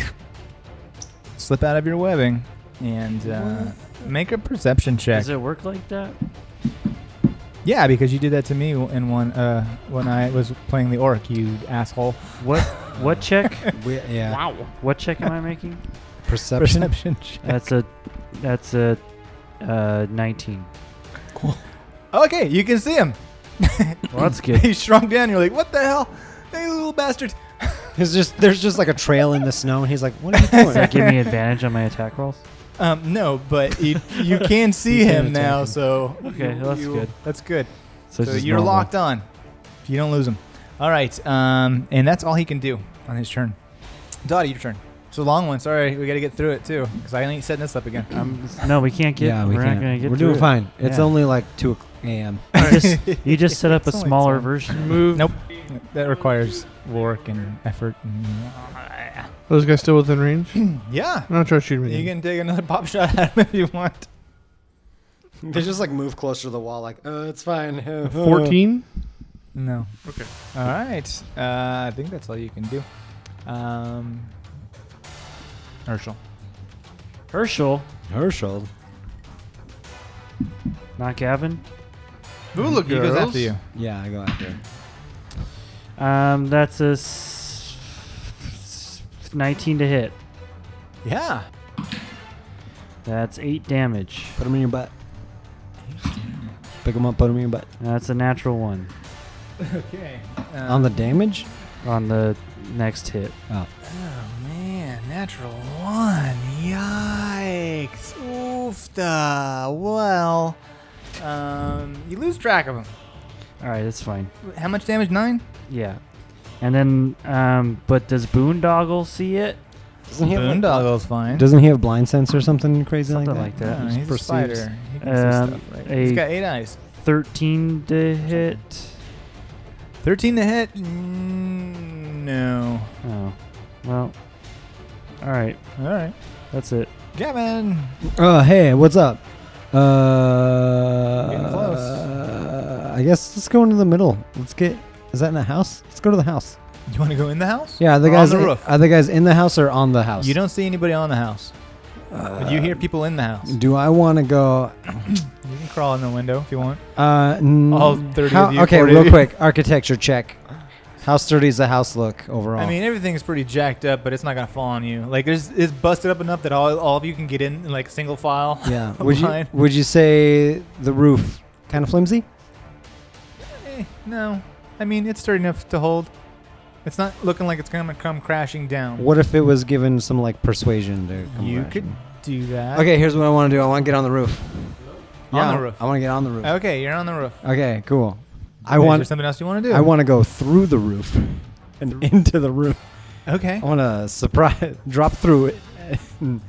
S2: slip out of your webbing, and uh, make a perception check.
S5: Does it work like that?
S2: Yeah, because you did that to me in one uh, when I was playing the orc. You asshole.
S5: What what check?
S3: We, yeah.
S4: Wow.
S5: What check am I making?
S3: Perception.
S2: Perception check.
S5: That's a that's a uh, 19.
S2: Okay, you can see him.
S5: Well, that's good.
S2: he shrunk down. You're like, what the hell? Hey, little bastard.
S3: There's just there's just like a trail in the snow, and he's like, "What are you doing?"
S5: Does that give me advantage on my attack rolls?
S2: Um, no, but you, you can see
S3: You can
S2: him now,
S3: attack him.
S2: so
S5: Okay, that's good.
S2: That's good.
S5: So, it's
S2: so
S5: just
S2: you're
S5: normal.
S2: locked on. If you don't lose him, all right. Um, and that's all he can do on his turn. Dottie, your turn. It's a long one. Sorry, we got to get through it too, because I ain't setting this up again.
S5: Um, no, we can't get.
S3: yeah, we
S5: we are
S3: can't.
S5: not gonna get.
S3: We're
S5: to
S3: doing
S5: it.
S3: fine. It's
S5: Yeah.
S3: only like two a.m.
S5: You just, you just set up a
S2: It's only
S5: smaller
S2: ten.
S5: version.
S4: Move.
S2: Nope. That requires work and effort. And
S4: Those guys still within range? I'm
S2: yeah,
S4: not trying to shoot him.
S2: you
S4: again.
S2: can take another pop shot at him if you want.
S3: They just like move closer to the wall, like, "Oh, it's fine."
S2: uh,
S4: 14?
S2: No.
S4: Okay.
S2: All right. Uh, I think that's all you can do. Um, Herschel.
S5: Herschel,
S3: Herschel.
S5: not Gavin.
S4: Bula
S2: He goes
S4: girls.
S2: after you.
S3: Yeah, I go after. him.
S5: Um, that's a s- 19 to hit.
S2: Yeah.
S5: That's eight damage.
S3: Put him in your butt. Pick him up. Put him in your butt.
S5: That's a natural one
S2: Okay. uh,
S3: On the damage.
S5: on the next hit.
S2: Oh man, natural one. Yikes. Oofta. Well, um, you lose track of him.
S5: All right, that's fine.
S2: How much damage? Nine.
S5: Yeah. And then, um, but does Boondoggle see it?
S3: Doesn't he? Have, like,
S2: Boondoggle's fine.
S3: doesn't he have blind sense or something crazy
S5: Something
S3: like
S5: like
S3: that?
S5: that.
S2: No, he's a
S3: Perceives.
S2: spider. He can
S5: Um,
S2: see stuff, right?
S5: a-
S2: He's got eight eyes.
S5: 13 to hit.
S2: Thirteen to hit. Mm, no.
S5: Oh, well. All right,
S2: All right.
S5: that's it.
S2: Gavin.
S3: Oh, hey, what's up? Uh,
S2: Getting close.
S3: uh, I guess let's go into the middle. Let's get. Is that in the house? Let's go to the house.
S2: You want to go in the house?
S3: Yeah, are the
S2: Or on
S3: guys
S2: the
S3: in-
S2: roof.
S3: Are the guys in the house or on the house?
S2: You don't see anybody on the house,
S3: Uh,
S2: but you hear people in the house.
S3: Do I want to go?
S2: You can crawl in the window if you want.
S3: Uh, n-
S2: All 30 of
S3: how-
S2: you,
S3: Okay,
S2: 40 of
S3: real
S2: you.
S3: quick. Architecture check. How sturdy is the house look overall?
S2: I mean, everything's pretty jacked up, but it's not gonna fall on you. Like, there's it's busted up enough that all, all of you can get in, in like single file.
S3: yeah. Would you
S2: Fine.
S3: Would you say the roof kind of flimsy?
S2: Eh, no, I mean it's sturdy enough to hold. It's not looking like it's gonna come crashing down.
S3: What if it was given some like persuasion to? Come
S2: You
S3: crashing?
S2: could do that.
S3: Okay, here's what I want to do. I want to get on the roof.
S2: On
S3: Yeah,
S2: the roof.
S3: I want to get on the roof.
S2: Okay, you're on the roof.
S3: Okay, cool. I
S2: Is
S3: want
S2: there something else you want to do?
S3: I want to go through the roof and into the roof.
S2: Okay.
S3: I want to surprise drop through it. And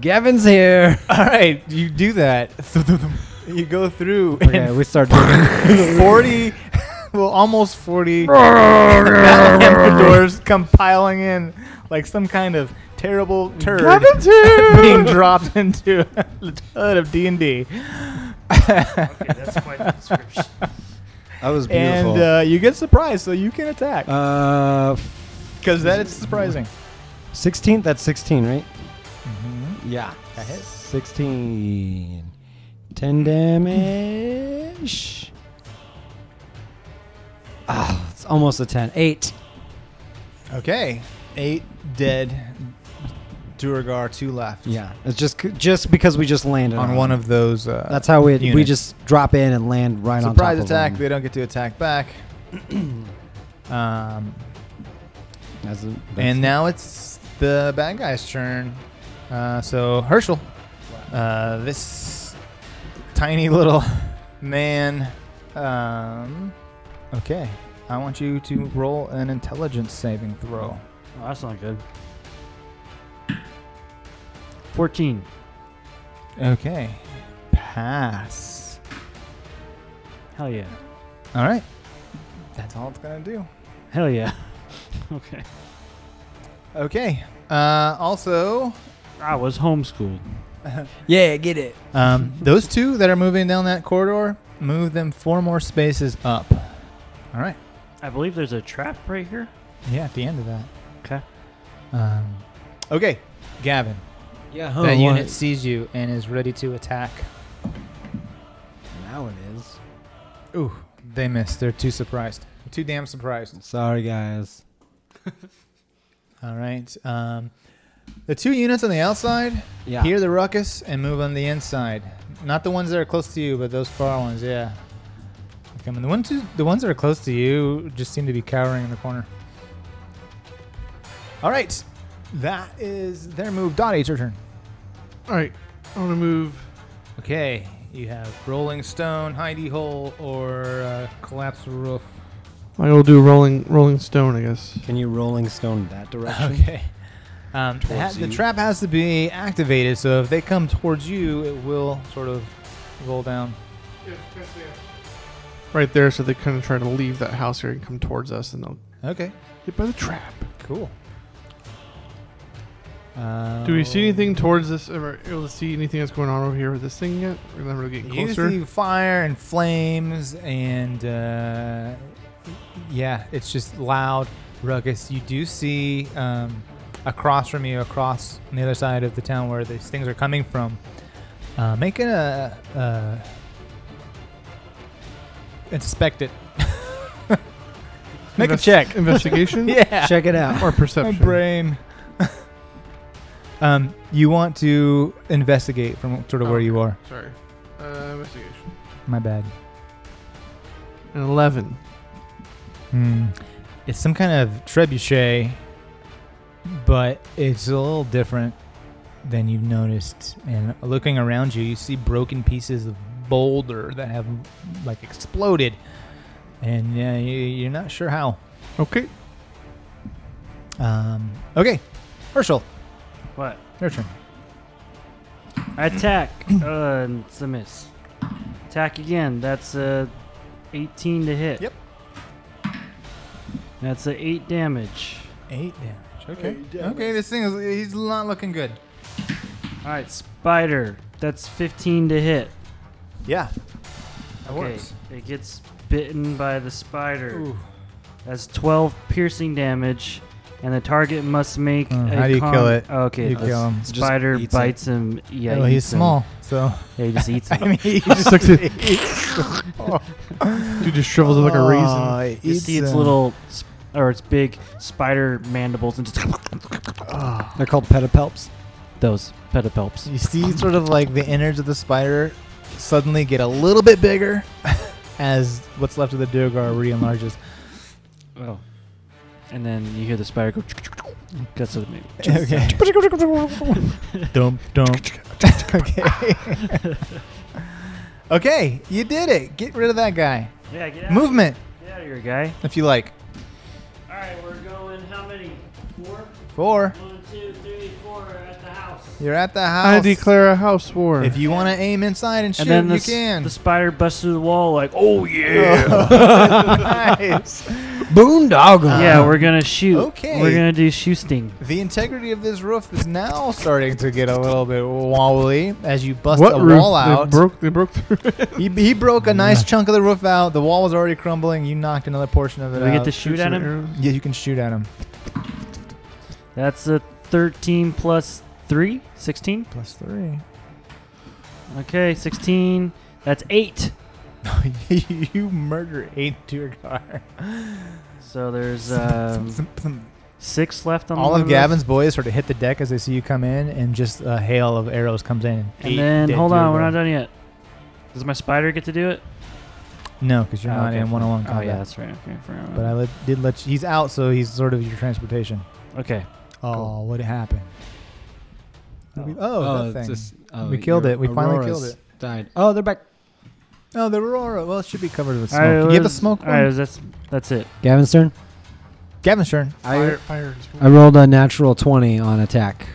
S3: Gavin's here.
S2: All right, you do that. you go through.
S3: Okay, we start. doing-
S2: and Forty, well, almost forty. Labradors come piling in like some kind of terrible turd being dropped into a ton of D and D.
S5: Okay, that's quite the description.
S3: That was
S2: And
S3: beautiful.
S2: uh, you get surprised, so you can attack
S3: uh,
S2: because that is surprising.
S3: sixteen. That's sixteen, right?
S2: Mm-hmm.
S3: Yeah. Sixteen. Ten damage. Ah, it's almost a ten. Eight.
S2: Okay, eight dead Duragar, two left.
S7: Yeah.
S3: It's just just because we just landed
S2: On one of those. Uh,
S3: That's how we we
S2: units.
S3: just drop in and land right on top
S2: surprise
S3: of
S2: attack.
S3: them.
S2: They don't get to attack back. um,
S3: That's a- that's-
S2: and now it's the bad guy's turn. Uh, so Herschel, uh, this tiny little man. Um, okay, I want you to roll an intelligence saving throw.
S5: Oh, that's not good. 14.
S2: Okay, pass.
S5: Hell yeah.
S2: All right, that's all it's gonna do.
S5: Hell yeah. okay.
S2: Okay. Uh, also,
S5: I was homeschooled.
S3: yeah, get it.
S2: Um, those two that are moving down that corridor, move them four more spaces up. All right.
S5: I believe there's a trap right here.
S2: Yeah, at the end of that.
S5: 'Kay.
S2: Um, okay, Gavin.
S3: Yeah,
S2: that unit sees you and is ready to attack.
S3: Now it is.
S2: Ooh, they missed. They're too surprised. Too damn surprised.
S3: Sorry, guys.
S2: All right. Um, the two units on the outside
S3: Yeah.
S2: hear the ruckus and move on the inside. Not the ones that are close to you, but those far ones. Yeah. Okay, I mean, the ones who- the ones that are close to you just seem to be cowering in the corner. All right, that is their move. Dot it's your turn.
S4: All right, I want to move.
S2: Okay, you have rolling stone, hidey hole, or uh, collapse roof.
S4: I will do rolling rolling stone, I guess.
S7: Can you rolling stone that direction?
S2: Okay. Um, the, ha-
S7: Towards
S2: the
S7: you.
S2: trap has to be activated, so if they come towards you, it will sort of roll down.
S4: Right there, so they kind of try to leave that house here and come towards us, and they'll
S2: Okay.
S4: hit by the trap.
S2: Cool. Um,
S4: Do we see anything towards this? Are we able to see anything that's going on over here with this thing yet? We're not really getting
S2: You
S4: closer.
S2: see fire and flames, and uh, yeah, it's just loud, ruckus. You do see um, across from you, across on the other side of the town where these things are coming from, uh, making a uh, inspect it. Make a
S4: Invest-
S2: check.
S4: Investigation?
S2: Yeah.
S3: Check it out.
S4: Or perception?
S2: My brain. um, you want to investigate from sort of where you are.
S4: Sorry. Uh, investigation.
S2: My bad.
S4: An 11.
S2: Hmm. It's some kind of trebuchet, but it's a little different than you've noticed. And looking around you, you see broken pieces of boulder that have like exploded, and uh, you, you're not sure how.
S4: Okay.
S2: Um, okay, Herschel,
S5: What?
S2: your turn.
S5: Attack. uh, and it's a miss. Attack again. That's a 18 to hit.
S2: Yep.
S5: That's a 8 damage.
S2: Eight damage. Okay. Okay, this thing is—he's not looking good.
S5: All right, spider. That's 15 to hit.
S2: Yeah. That
S5: okay,
S2: works.
S5: it gets bitten by the spider. That's 12 piercing damage, and the target must make.
S2: Mm,
S5: a
S2: how do you
S5: con-
S2: kill it?
S5: Oh, okay,
S2: You
S5: the
S2: kill him.
S7: Just
S5: Spider
S7: eats it.
S5: bites him. Yeah,
S2: well, he's
S5: eats him.
S2: small, so
S5: Yeah, he just eats
S2: I
S5: him.
S2: mean, he
S4: He just looks at. Dude just shrivels up like
S2: Uh,
S4: a raisin.
S2: raisin.
S5: you see its little, sp- or its big spider mandibles, and just
S7: They're called pedipalps.
S5: those pedipalps.
S2: You see, sort of like the innards of the spider suddenly get a little bit bigger as what's left of the Duergar re-enlarges.
S5: Oh, and then you hear the spider go. That's what it made.
S2: Okay. dump dump. okay. okay, you did it. Get rid of that guy.
S5: Yeah, get out.
S2: Movement,
S5: Get out of here, guy.
S2: if you like.
S5: All right, we're going. How many? Four.
S2: Four.
S5: One, two, three, four. At the house.
S2: You're at the house.
S4: I declare a house war.
S2: If you want to aim inside and shoot,
S5: And then the,
S2: you
S5: s-
S2: can.
S5: the spider busts through the wall like, oh yeah.
S2: nice.
S3: Boondoggle.
S5: yeah, we're gonna shoot.
S2: Uh-huh. okay.
S5: We're gonna do shoosting.
S2: The integrity of this roof is now starting to get a little bit wobbly as you bust
S4: what
S2: a
S4: roof?
S2: wall out.
S4: They broke. They broke through.
S2: He, he broke a nice chunk of the roof out. The wall was already crumbling. You knocked another portion of it
S5: Do we
S2: out.
S5: get to shoot at him?
S2: Yeah, you can shoot at him.
S5: That's a 13 plus 3? 16?
S2: Plus three.
S5: Okay, 16. That's 8.
S2: you murder eight to your car.
S5: So there's um, six left on the
S2: All of
S5: list.
S2: Gavin's boys sort of hit the deck as they see you come in, and just a hail of arrows comes in.
S5: And then hold on, we're not done yet. Does my spider get to do it?
S2: No, because you're
S5: Oh,
S2: not
S5: okay,
S2: in
S5: fine.
S2: one-on-one
S5: Oh
S2: combat.
S5: yeah, that's right. Okay, fair
S2: But I let, did let you, he's out, so he's sort of your transportation.
S5: okay.
S2: Oh, what happened? What do we- Oh, that thing.
S8: oh,
S2: We killed
S8: your
S2: it. We finally killed
S8: Auroras
S2: it.
S8: Died. Oh, they're back.
S2: No, Oh, the Aurora. Well, it should be covered with smoke.
S5: Alright,
S2: you have the
S5: let's-
S2: smoke one?
S5: All right, that's that's it.
S7: Gavin's turn.
S2: Gavin's turn.
S4: Fire,
S8: I,
S4: fire and smoke.
S7: I rolled a natural 20 on attack.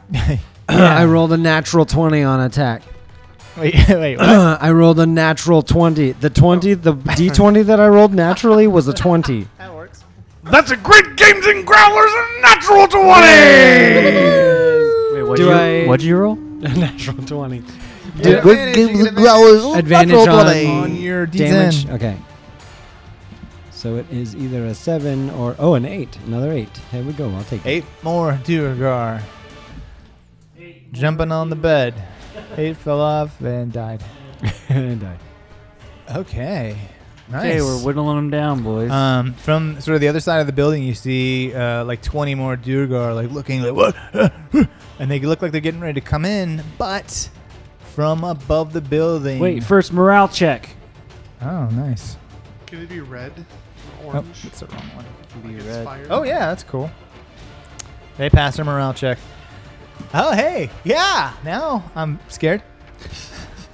S7: I rolled a natural 20 on attack.
S2: Wait, wait. what?
S7: I rolled a natural 20. The 20, the d20 that I rolled naturally was a 20.
S6: That's a great games and growlers and natural 20!
S5: Wait, what
S7: Do
S5: you,
S7: I-
S5: what'd you roll?
S7: natural 20.
S2: Yeah, advantage, you get advantage.
S7: Advantage
S2: Natural
S7: on-
S2: 20. on your
S7: Damage.
S2: D10.
S7: Okay. So it is either a 7 or, oh, an 8. Another 8. Here we go. I'll take it.
S2: Eight more, Duergar. Jumping on the bed. Eight fell off and died.
S7: and I.
S2: Okay. Nice.
S5: Okay, we're whittling them down, boys.
S2: Um, from sort of the other side of the building, you see uh, like 20 more Durgar, like looking like what, Uh, uh," and they look like they're getting ready to come in, but from above the building.
S5: Wait, first morale check.
S2: Oh, nice.
S4: Can it be red?
S2: Oh,
S4: Or orange?
S2: that's the wrong one.
S4: Like it's fire?
S2: Oh yeah, that's cool. They pass their morale check. Oh hey, yeah. Now I'm scared.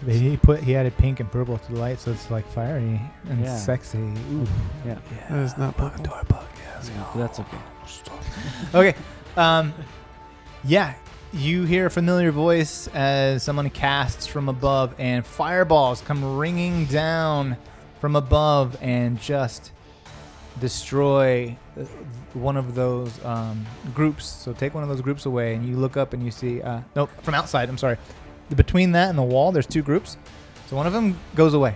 S2: They- he put he added pink and purple to the light, so it's like fiery and
S5: Yeah.
S2: sexy. Ooh.
S5: Yeah.
S4: That is not
S2: Bug,
S4: purple.
S2: door bug, yeah.
S5: Yeah, but that's okay.
S2: okay. Um, yeah, you hear a familiar voice as someone casts from above, and fireballs come ringing down from above and just destroy uh, one of those um, groups. So take one of those groups away, and you look up and you see. Uh, nope, from outside. I'm sorry. Between that and the wall, there's two groups. So one of them goes away.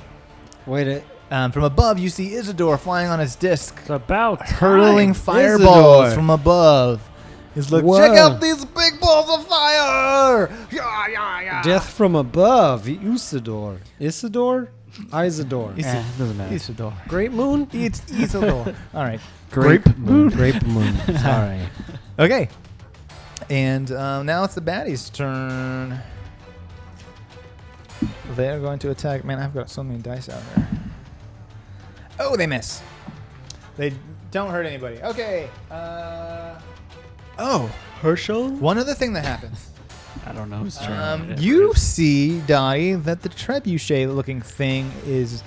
S3: Wait uh, a
S2: Um, from above, you see Isidore flying on his disc,
S5: It's about
S2: hurling
S5: time.
S2: fireballs
S4: Isidore.
S2: from above. He's like,
S3: Whoa.
S2: check out these big balls of fire!
S6: Yeah, yeah, yeah.
S3: Death from above, Usador. Isidore? Isidore.
S2: Is-
S5: Eh, doesn't matter.
S2: Isidore.
S3: Great moon?
S2: It's Isidore. All right.
S5: Grape.
S7: moon. Grape moon. Sorry.
S2: Okay. And um, now it's the baddies' turn. They're going to attack. Man, I've got so many dice out here. Oh, they miss. They don't hurt anybody. Okay. Uh, oh,
S3: Herschel?
S2: one other thing that happens.
S5: I don't know who's turn.
S2: Um,
S5: it is.
S2: you see, Dottie, that the trebuchet-looking thing is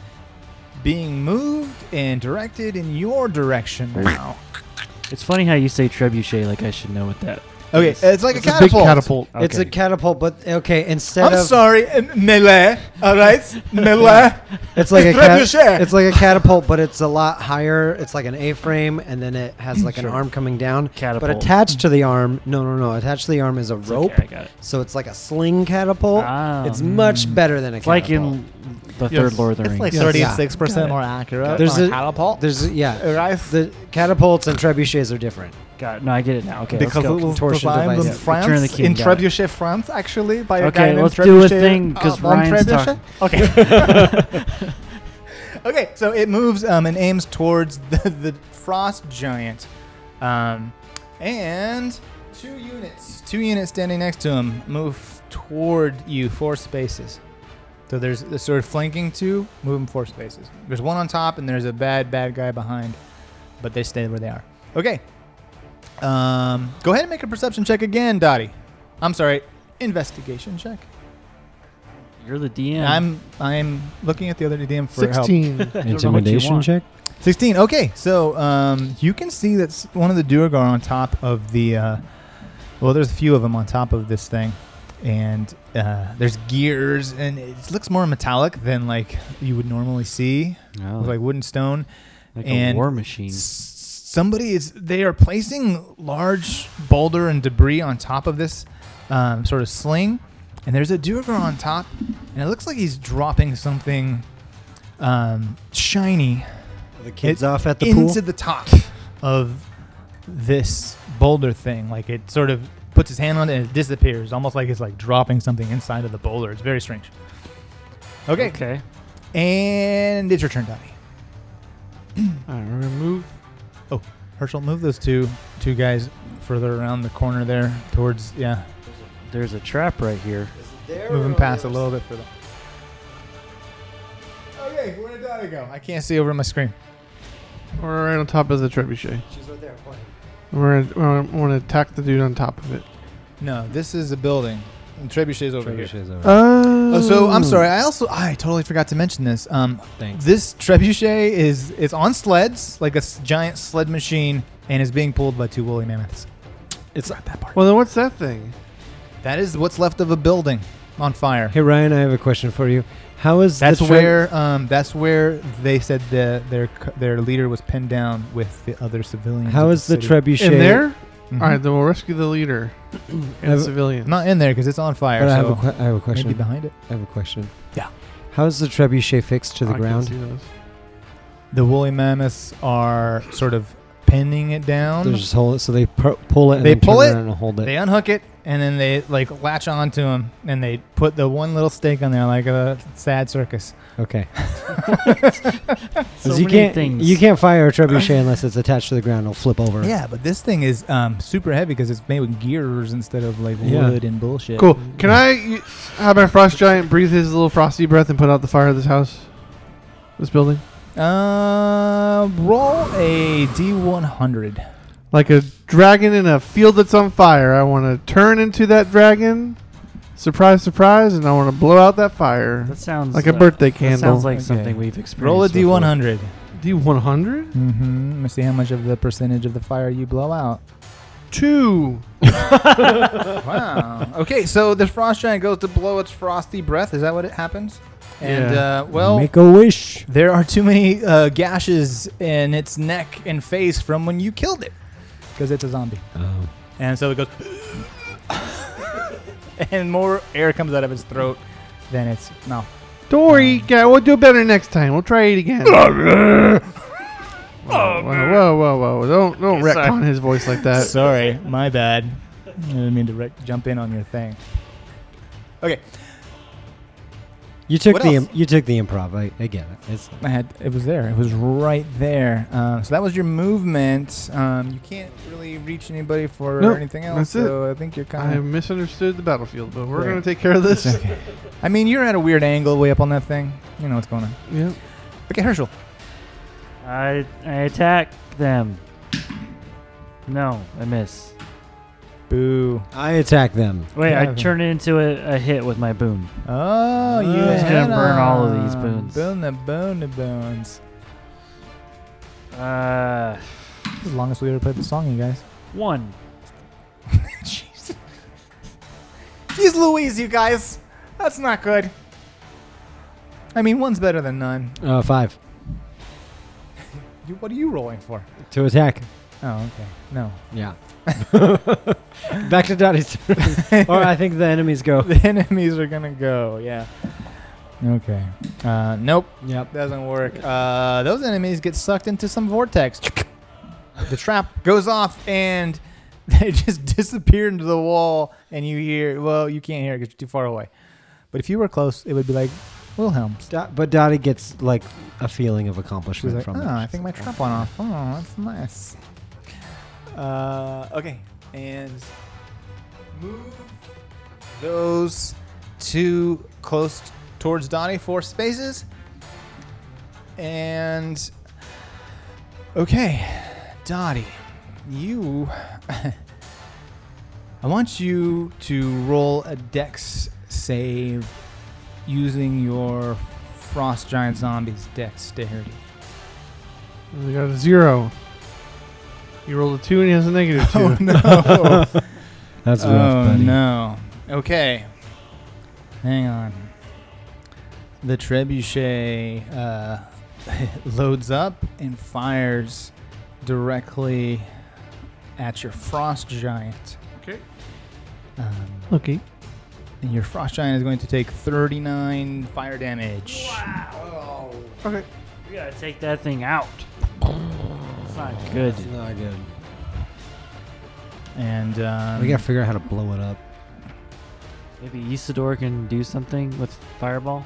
S2: being moved and directed in your direction now.
S5: It's funny how you say trebuchet like I should know what that.
S2: Okay,
S5: is.
S2: it's like a
S4: It's a big
S2: catapult.
S4: catapult.
S5: Okay.
S3: It's a catapult, but okay, instead
S2: I'm
S3: of
S2: sorry, uh, melee. All right, melee.
S3: it's like a
S2: It's
S3: cat,
S2: trebuchet.
S3: it's like a catapult, but it's a lot higher. It's like an A-frame, and then it has like an arm coming down.
S5: Catapult.
S3: But attached to the arm, no, no, no. Attached to the arm is a rope,
S5: Okay, I got it.
S3: so it's like a sling catapult.
S5: Ah.
S3: it's much better than a
S5: It's like
S3: catapult.
S5: in the third Lord of the Rings.
S2: like
S3: Yes.
S2: thirty-six percent more accurate.
S3: There's
S2: on
S3: a-
S2: catapult.
S3: There's yeah,
S2: All right.
S3: the catapults and trebuchets are different.
S5: got it. No, I get it now. Okay, let's
S2: because
S5: go.
S2: it was
S3: Contortion
S2: designed
S3: device.
S2: in
S3: Yeah,
S2: France,
S5: Return of the King,
S2: in
S5: got it.
S2: trebuchet France, actually, by a
S5: Okay,
S2: guy named
S5: let's
S2: trebuchet.
S5: do a thing, 'cause
S2: uh, von
S5: Ryan's
S2: Trebuchet.
S5: talking.
S2: Okay. okay, so it moves um, and aims towards the, the frost giant, um, and two units, two units standing next to him, move toward you four spaces. So there's the sort of flanking two, move them four spaces. There's one on top, and there's a bad bad guy behind, but they stay where they are. Okay. Um, go ahead and make a perception check again, Dottie. I'm sorry, investigation check.
S5: You're the DM.
S2: I'm I'm looking at the other DM for help.
S4: 16.
S5: I don't know what you
S7: Intimidation
S5: want.
S7: check?
S2: Oh, 16. Okay, so um, you can see that s- one of the Duergar on top of the. Uh, well, there's a few of them on top of this thing, and uh, there's gears, and it looks more metallic than like you would normally see,
S5: Oh,
S2: with, like wooden stone.
S5: like
S2: and-
S5: a war machine.
S2: S- Somebody is. They are placing large boulder and debris on top of this um, sort of sling, and there's a Duergar on top, and it looks like he's dropping something um, shiny
S3: The kids
S2: It-
S3: off at the pool.
S2: into the top of this boulder thing. Like it sort of puts his hand on it and it disappears, almost like it's like dropping something inside of the boulder. It's very strange. Okay,
S5: Okay.
S2: and it's your turn, Donnie.
S4: Alright, we're gonna move.
S2: Oh. Herschel, move those two two guys further around the corner there towards yeah.
S5: There's a trap right here.
S2: Move him past a little bit further. Okay, where did Dottie go? I can't see over my screen.
S4: We're right on top of the trebuchet.
S3: She's right there. pointing.
S4: We're going to attack the dude on top of it.
S2: No, this is a building. And Trebuchet's over here.
S7: Trebuchets over.
S4: Oh.
S2: Oh, so I'm sorry. I also I totally forgot to mention this. Um,
S7: Thanks.
S2: this trebuchet is it's on sleds like a s- giant sled machine and is being pulled by two woolly mammoths. It's not that part.
S4: Well, then what's that thing?
S2: That is what's left of a building on fire.
S7: Hey Ryan, I have a question for you. How is
S2: That's
S7: the tre-
S2: where um, that's where they said that their c- their leader was pinned down with the other civilians.
S7: How
S2: of
S7: is the
S2: city.
S7: trebuchet
S4: In there?
S2: Mhm.
S4: All right, then we'll rescue the leader and
S7: I've-
S4: the civilian.
S2: Not in there because it's on fire.
S7: But I have
S2: so
S7: a que- I have a
S2: maybe
S7: question.
S2: behind it.
S7: I have a question.
S2: Yeah.
S7: How is the trebuchet fixed to
S4: I
S7: the
S4: can see
S7: ground?
S4: those.
S2: The woolly mammoths are sort of pinning it down.
S7: They just hold it, so they pu- pull it. And
S2: They
S7: then turn
S2: pull it,
S7: around and hold it.
S2: They unhook it and then they like latch onto him and they put the one little stake on there like a sad circus.
S7: okay. 'Cause
S5: So
S7: you
S5: many
S7: can't
S5: things.
S7: you can't fire a trebuchet unless it's attached to the ground. It'll flip over.
S2: Yeah, but this thing is um, super heavy because it's made with gears instead of like
S7: Yeah.
S2: wood and bullshit.
S4: Cool. Can I y- have my frost giant breathe his little frosty breath and put out the fire of this house? This building?
S2: Uh, roll a d100.
S4: Like a dragon in a field that's on fire. I want to turn into that dragon. Surprise, surprise. And I want to blow out that fire.
S5: That sounds
S4: Like a
S5: uh,
S4: birthday
S5: That
S4: candle.
S5: sounds like
S2: Okay.
S5: something we've experienced.
S2: Roll a
S5: before.
S2: d100.
S4: D100?
S2: Mm-hmm. Let me see how much of the percentage of the fire you blow out.
S4: Two.
S2: wow. Okay, so the frost giant goes to blow its frosty breath. Is that what it happens? And
S4: Yeah.
S2: uh, well,
S7: Make a wish.
S2: There are too many uh, gashes in its neck and face from when you killed it, because it's a zombie.
S7: Oh.
S2: And so it goes, and more air comes out of its throat than its mouth.
S4: Don't worry, guy. We'll do better next time. We'll try it again. Whoa, whoa, whoa, whoa! Don't don't
S6: Okay, sorry.
S4: retcon his voice like that.
S2: Sorry, my bad. I didn't mean to rec- jump in on your thing. Okay,
S7: You took
S2: What
S7: the
S2: else?
S7: im- you took the improv. I, I get it. It's
S2: I had it was there. It was right there. Um, so that was your movement. Um, you can't really reach anybody for
S4: Nope,
S2: anything
S4: that's
S2: else.
S4: it.
S2: So I think you're kind
S4: I
S2: of
S4: misunderstood the battlefield, but we're
S2: Right.
S4: gonna take care of this.
S2: okay. I mean, you're at a weird angle way up on that thing. You know what's going on.
S4: Yeah.
S2: Okay, Herschel.
S5: I I attack them. No, I miss.
S2: Boo.
S7: I attack them.
S5: Wait,
S2: Yeah,
S5: I
S2: I've-
S5: turn it into a, a hit with my boom.
S2: Oh, you
S5: It's gonna
S2: hit
S5: burn all of these
S2: him.
S5: boons.
S2: Burn the bone to bones.
S5: Uh,
S2: This is the longest we ever played the song, you guys.
S5: one.
S2: Jeez. Jeez Louise, you guys. That's not good. I mean, one's better than none.
S7: Uh, five
S2: You, what are you rolling for?
S7: to attack.
S2: Oh, okay. No.
S7: Yeah. Back to Dottie's turn. or I think the enemies go.
S2: The enemies are gonna go, yeah. Okay. Uh, nope.
S7: Yep.
S2: Doesn't work. Uh, those enemies get sucked into some vortex. the trap goes off and they just disappear into the wall. And you hear, well, you can't hear it because you're too far away. But if you were close, it would be like Wilhelm.
S7: Do- but Dottie gets like a feeling of
S2: She was
S7: accomplishment
S2: like,
S7: from
S2: oh,
S7: it.
S2: I
S7: She's
S2: think my
S7: like,
S2: trap went off. Oh, that's nice. Uh, okay, and move those two close t- towards Donnie, four spaces. And okay, Dottie, you. I want you to roll a dex save using your Frost Giant Zombies dexterity.
S4: We got a zero. You rolled a two and he has a negative two.
S2: Oh no!
S7: That's rough,
S2: oh
S7: buddy.
S2: no! Okay, hang on. The trebuchet uh, loads up and fires directly at your frost giant.
S4: Okay.
S2: Um,
S4: Okay.
S2: and your frost giant is going to take 39 fire damage.
S4: Okay.
S5: We gotta take that thing out. It's not good.
S7: It's not good.
S2: And um,
S7: we gotta figure out how to blow it up.
S5: Maybe Isidore can do something with Fireball.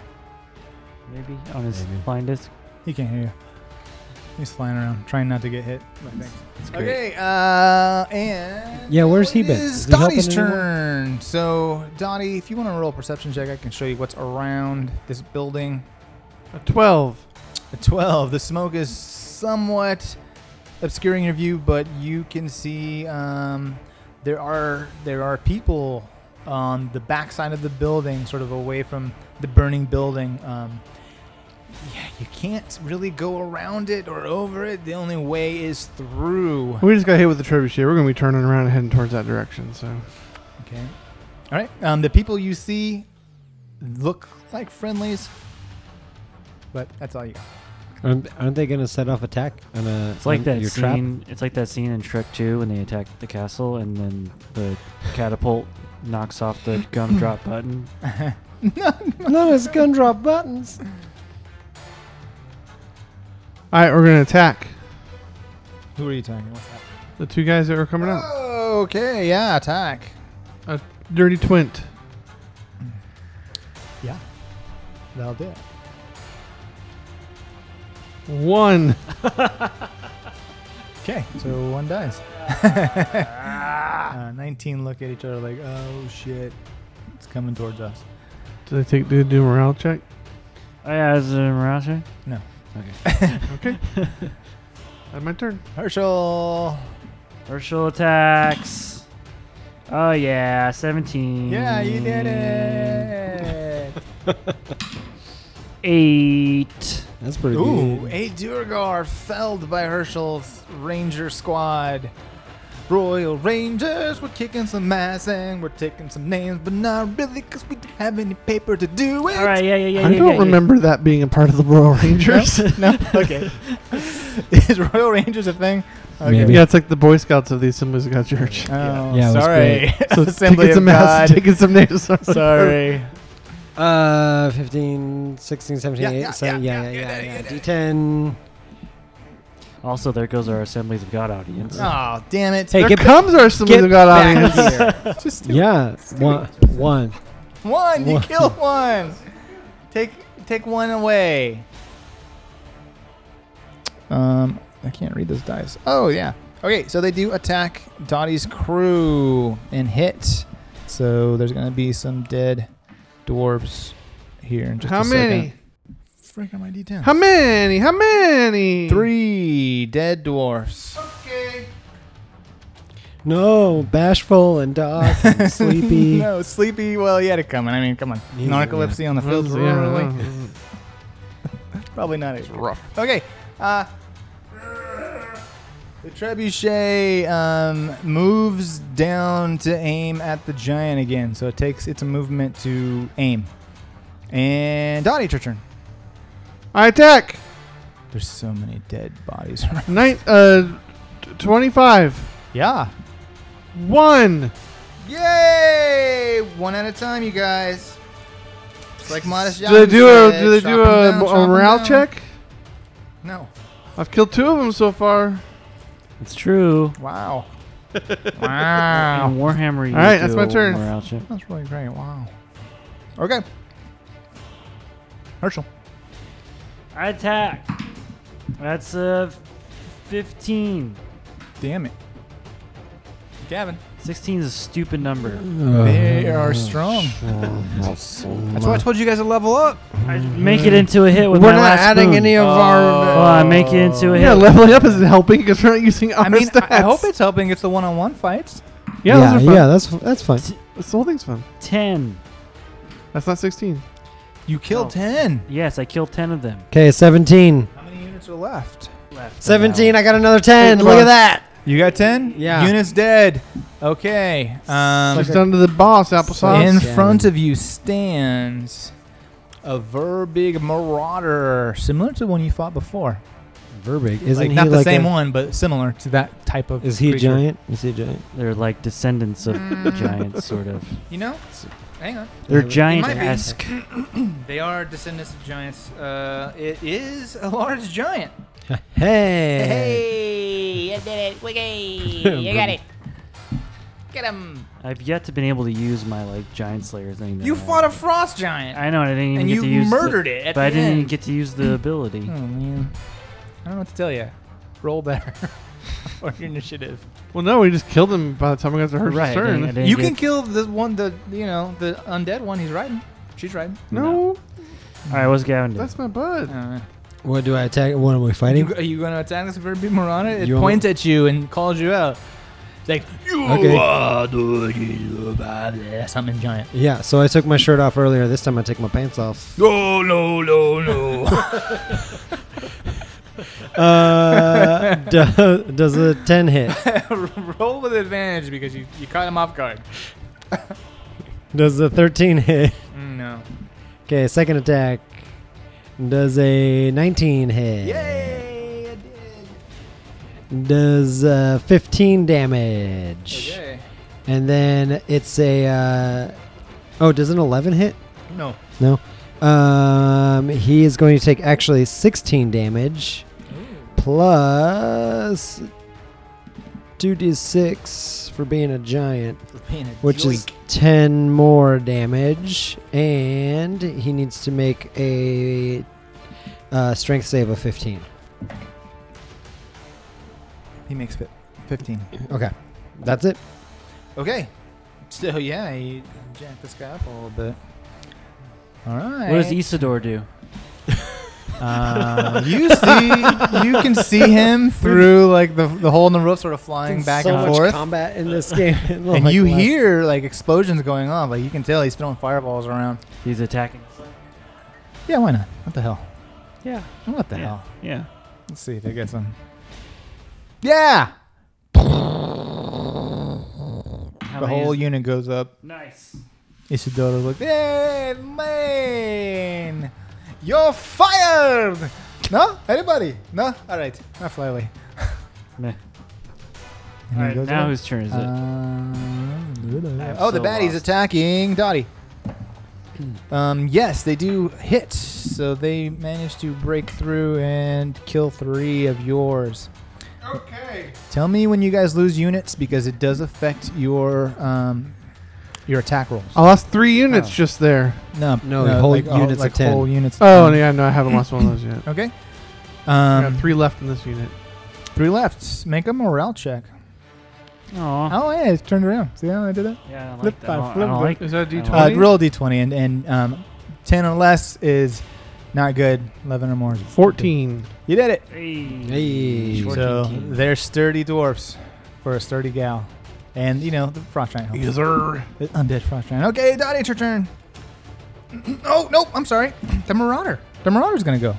S5: Maybe on his
S7: Maybe.
S5: blind disc.
S2: he can't hear you. He's flying around, trying not to get hit. I think.
S7: It's great.
S2: Okay, uh, and
S7: Yeah, where's he been?
S2: It's
S7: Is he helping
S2: Dottie's
S7: anyone?
S2: turn. So, Dottie, if you want to roll a perception check, I can show you what's around this building.
S4: A 12.
S2: A Twelve. The smoke is somewhat obscuring your view, but you can see um, there are there are people on the backside of the building, sort of away from the burning building. Um, yeah, you can't really go around it or over it. The only way is through.
S4: We just got hit with the trebuchet. We're going to be turning around and heading towards that direction. So
S2: Okay. All right. Um, the people you see look like friendlies, but that's all you got.
S7: Aren't, aren't they going to set off attack on a?
S5: It's like
S7: on
S5: that
S7: your
S5: scene. It's like that scene in Shrek 2 when they attack the castle and then the catapult knocks off the gumdrop button.
S7: Trap? No, it's gun drop buttons.
S4: All right, we're going to attack
S2: Who are you talking about? What's
S4: the two guys that were coming out.
S2: that? Okay. Yeah. Attack.
S4: Dirty Twint.
S2: That'll do it.
S4: One.
S2: Okay. So one dies. uh, 19 look at each other like, oh shit. It's coming towards us.
S4: Do they take do they do a morale check?
S5: Oh, yeah, is it Mirage?
S4: That's my turn.
S2: Herschel.
S5: Herschel attacks. Oh, yeah, 17.
S2: Yeah, you did it.
S5: Eight.
S7: That's pretty
S2: Ooh,
S7: good.
S2: eight Durgar felled by Herschel's Ranger squad. Royal Rangers, we're kicking some ass and we're taking some names, but not really because we didn't have any paper to do it.
S5: All right, yeah, yeah, yeah.
S4: I
S5: yeah,
S4: don't
S5: yeah,
S4: remember that being a part of the Royal Rangers.
S2: No? Okay. Is Royal Rangers a thing? Okay.
S7: Maybe.
S4: yeah, it's like the Boy Scouts of the Assemblies of God Church.
S2: Oh,
S7: Yeah, it was
S2: sorry.
S4: So it's
S2: Assembly
S4: taking
S2: of
S4: some ass,
S2: God.
S4: taking some names. Sorry.
S2: Sorry.
S7: Uh, 15, 16, 17,
S2: Yeah,
S7: eight,
S2: yeah,
S7: seven-
S2: yeah,
S7: yeah, yeah,
S2: yeah,
S7: yeah,
S2: yeah, yeah, yeah.
S7: D10.
S5: yeah. Also, there goes our Assemblies of God audience.
S2: Oh, damn it.
S7: Hey,
S4: There
S7: get
S4: comes our Assemblies of God
S2: back
S4: audience.
S2: here. Just do
S7: Yeah, one, one.
S2: One, you
S7: One.
S2: kill one. Take take one away. Um, I can't read those dice. Oh yeah. Okay, so they do attack Dottie's crew and hit. So there's gonna be some dead dwarves here in just
S4: How
S2: a
S4: many?
S2: second. Frick on my D10.
S4: How many? How many?
S2: Three dead dwarfs.
S7: No, bashful and dark and sleepy.
S2: no, sleepy. Well, he had it coming. I mean, come on.
S7: Yeah,
S2: Narcolepsy on the
S4: Well,
S2: field.
S4: yeah,
S2: really?
S4: I don't know.
S2: Probably not. It's
S4: rough.
S2: Okay. Uh, the trebuchet um, moves down to aim at the giant again, so it takes its movement to aim. And Dottie, it's your turn.
S4: I attack.
S2: There's so many dead bodies. around.
S4: Nine, uh, t- 25.
S2: yeah.
S4: One.
S2: Yay! One at a time, you guys. It's like modest.
S4: Do they
S2: Giants
S4: do a
S2: said,
S4: do they
S2: chop 'em
S4: do a,
S2: down,
S4: mo-
S2: chop 'em
S4: a morale
S2: down.
S4: check?
S2: No.
S4: I've killed two of them so far.
S5: It's true.
S2: Wow. wow.
S5: In Warhammer, you
S4: All right,
S5: do
S4: that's my
S5: a
S4: turn.
S5: morale check.
S2: That's really great. Wow. Okay. Herschel.
S5: I attack. That's a 15.
S2: Damn it. Gavin.
S5: 16 is a stupid number.
S4: Uh,
S7: Uh,
S2: They are strong.
S7: Oh.
S2: That's why I told you guys to level up.
S5: I make it into a hit with
S4: We're
S5: my
S4: not
S5: last
S4: adding
S5: spoon.
S4: any of
S5: Oh,
S4: our.
S5: I make it into a hit.
S4: yeah, leveling up isn't helping because we're not using our
S2: I mean,
S4: stats.
S2: I, I hope it's helping if the one on one fights.
S4: Yeah, those are fun.
S7: yeah, that's that's fine.
S4: This whole thing's fun.
S5: 10.
S4: That's not 16.
S2: You killed
S5: Oh.
S2: 10.
S5: Yes, I killed 10 of them.
S7: Okay, 17.
S2: How many units are left?
S5: Left
S7: 17, I got another 10.
S4: Big
S7: Look at
S4: bucks.
S7: that.
S2: You got 10?
S7: Yeah.
S2: Units dead. Okay. Um,
S4: Just down to the boss, applesauce.
S2: in
S7: Yeah.
S2: front of you stands a Verbig Marauder, similar to the one you fought before.
S7: Verbig. Isn't
S2: like,
S7: he
S2: not the
S7: like
S2: same
S7: a,
S2: one, but similar to that type of.
S7: Is he a
S2: creature.
S7: giant? Is he a giant?
S5: They're like descendants of
S4: Mm.
S5: giants, sort of.
S2: You know? Hang on.
S5: They're
S7: might be.
S5: giant-esque.
S2: They are descendants of giants. Uh, it is a large giant.
S7: Hey.
S8: Hey, I did it. Wiggy, you got it. Get him.
S5: I've yet to been able to use my like giant slayer thing. that
S2: You
S5: I
S2: fought a
S5: have.
S2: frost giant.
S5: I know, and I didn't even
S2: and
S5: get
S2: you
S5: to use. the-
S2: murdered it at
S5: but I
S2: the Hmm.
S5: didn't even
S2: end.
S5: get to use the ability.
S2: Oh man. don't know what to tell you. Roll better or your initiative.
S4: Well, no, we just killed him by the time we got to her
S5: Right. I
S4: turn.
S5: didn't- I didn't
S2: You
S5: get-
S2: can kill the one, the you know, the undead one. He's riding. She's riding.
S4: no,
S5: All right, what's Gavin do?
S4: that's my bud.
S2: Uh,
S3: What do I attack? What am I
S2: you,
S3: fighting?
S2: are you going to attack this very Morana? It
S3: You-
S2: points at you and calls you out. It's like you
S3: Okay.
S2: are the something giant.
S3: Yeah, so I took my shirt off earlier. This time I take my pants off.
S2: No, no, no, no.
S3: Uh, do, does a 10 hit?
S2: Roll with advantage because you, you caught him off guard.
S3: Does a 13 hit?
S2: No.
S3: Okay, second attack. Does a 19 hit?
S2: Yay! I did.
S3: Does uh, 15 damage.
S2: Okay.
S3: And then it's a. Uh, oh, does an 11 hit?
S2: No.
S3: No. Um, he is going to take actually 16 damage plus 2d6 for being a giant, which is 10 more damage. And he needs to make a uh, strength save of 15.
S2: he makes fit. Fifteen.
S3: Okay. That's it.
S2: Okay. So yeah, you jack this guy up a little bit. All right.
S5: What does Isidore do?
S2: Uh, you see, you can see him through like the, the hole in the roof, sort of flying back
S3: so
S2: and
S3: much
S2: forth,
S3: combat in this game. Oh It looked
S5: Oh
S2: and
S3: like
S2: you
S3: last-
S2: hear like explosions going on. Like you can tell he's throwing fireballs around.
S5: He's attacking.
S2: Yeah, why not? What the hell?
S5: Yeah.
S2: What the
S5: Yeah.
S2: hell?
S5: Yeah.
S2: Let's see if it gets him. Yeah,
S5: How
S2: the
S5: many
S2: whole
S5: is-
S2: unit goes up.
S5: nice.
S2: Isidoro looks. Hey, man, you're fired. No, anybody? No. All right, now fly away.
S5: Meh.
S2: And
S5: All
S2: he
S5: right,
S2: goes
S5: now
S2: up.
S5: whose turn is it?
S2: Um,
S5: I'm
S2: oh, the
S5: so
S2: baddie's
S5: lost.
S2: attacking Dottie. um, yes, they do hit. So they managed to break through and kill three of yours.
S4: Okay.
S2: Tell me when you guys lose units because it does affect your um, your attack rolls.
S4: I lost three units just there.
S2: No,
S3: No, whole units of
S2: like
S3: 10.
S2: Whole units. of
S4: Oh,
S2: 10.
S4: yeah, no, I haven't lost one of those yet.
S2: Okay.
S4: I
S2: Um,
S4: got
S2: three,
S4: three left in this unit.
S2: three left. Make a morale check.
S5: Aw.
S2: Oh yeah, it's turned around. See how I did that?
S5: Yeah, I don't
S2: Flip
S5: like that.
S2: by
S5: I don't, I
S2: flip
S5: don't
S2: by-
S5: like
S4: Is that a D20?
S2: Uh, roll a d20, and, and um, 10 or less is not good. 11 or more is
S4: 14.
S2: You did it.
S5: Hey.
S3: Hey.
S2: So
S5: 14.
S2: they're sturdy dwarfs for a sturdy gal. And, you know, the frost giant helps.
S4: sir.
S2: The undead frost giant. Okay, Dottie, it's your turn. Oh, nope, I'm sorry. The marauder. The marauder's going to go.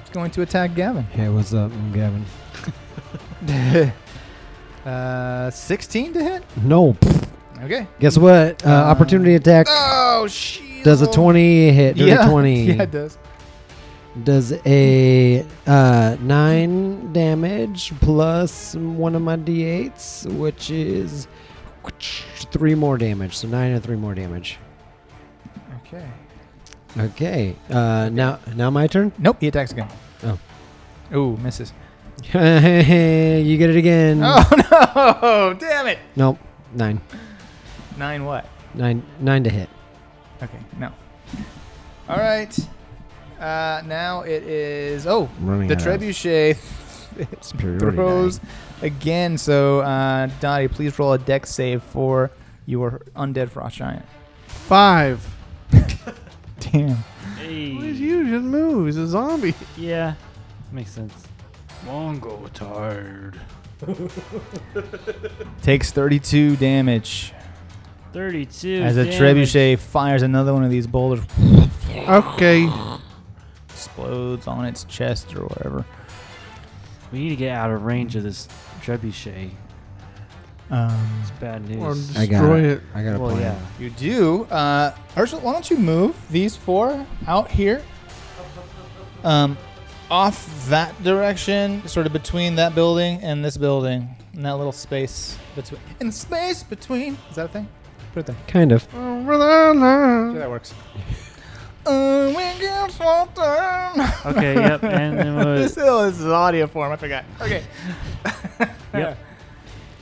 S2: It's going to attack Gavin.
S3: Hey, what's up, I'm Gavin?
S2: uh, 16 to hit?
S3: No.
S2: Okay.
S3: Guess what? Uh,
S2: Uh,
S3: opportunity attack.
S2: Oh, shit.
S3: Does a 20 hit? Dirty
S2: Yeah.
S3: 20.
S2: Yeah, it does.
S3: Does a uh, 9 damage plus one of my d8s, which is 3 more damage. So 9 and 3 more damage.
S2: Okay.
S3: Okay. Uh, now now my turn?
S2: Nope, he attacks again.
S3: Oh.
S2: Ooh, misses.
S3: you get it again.
S2: Oh, no. Damn it.
S3: Nope. 9.
S2: Nine what?
S3: 9 9 to hit.
S2: Okay, no. All right. Uh, now it is. Oh,
S3: Running
S2: the
S3: out of
S2: trebuchet
S3: superiority
S2: throws
S3: die.
S2: again. So, uh, Dottie, please roll a deck save for your undead frost giant.
S4: Five.
S2: Damn.
S4: What is
S5: Hey.
S4: you? Just move. He's a zombie.
S5: Yeah. Makes sense. Mongo tired.
S2: Takes 32 damage
S5: 32.
S2: as a
S5: damage.
S2: trebuchet fires another one of these boulders,
S4: Okay.
S2: explodes on its chest or whatever.
S5: We need to get out of range of this trebuchet.
S2: Um,
S5: It's bad
S4: Or
S5: news.
S3: I got
S4: destroy it.
S3: I got a
S5: Well,
S3: plan.
S5: yeah.
S2: you do. Uh, Ursula, why don't you move these four out here? Um, off that direction, sort of between that building and this building, and that little space between. In the space between. Is that a thing? Put it there.
S3: Kind of.
S4: Over the
S2: See how
S4: line.
S2: that works. Uh, we get something.
S5: Okay, yep. And then
S2: this,
S5: what?
S2: oh, this is audio form. I forgot. Okay.
S5: Yep.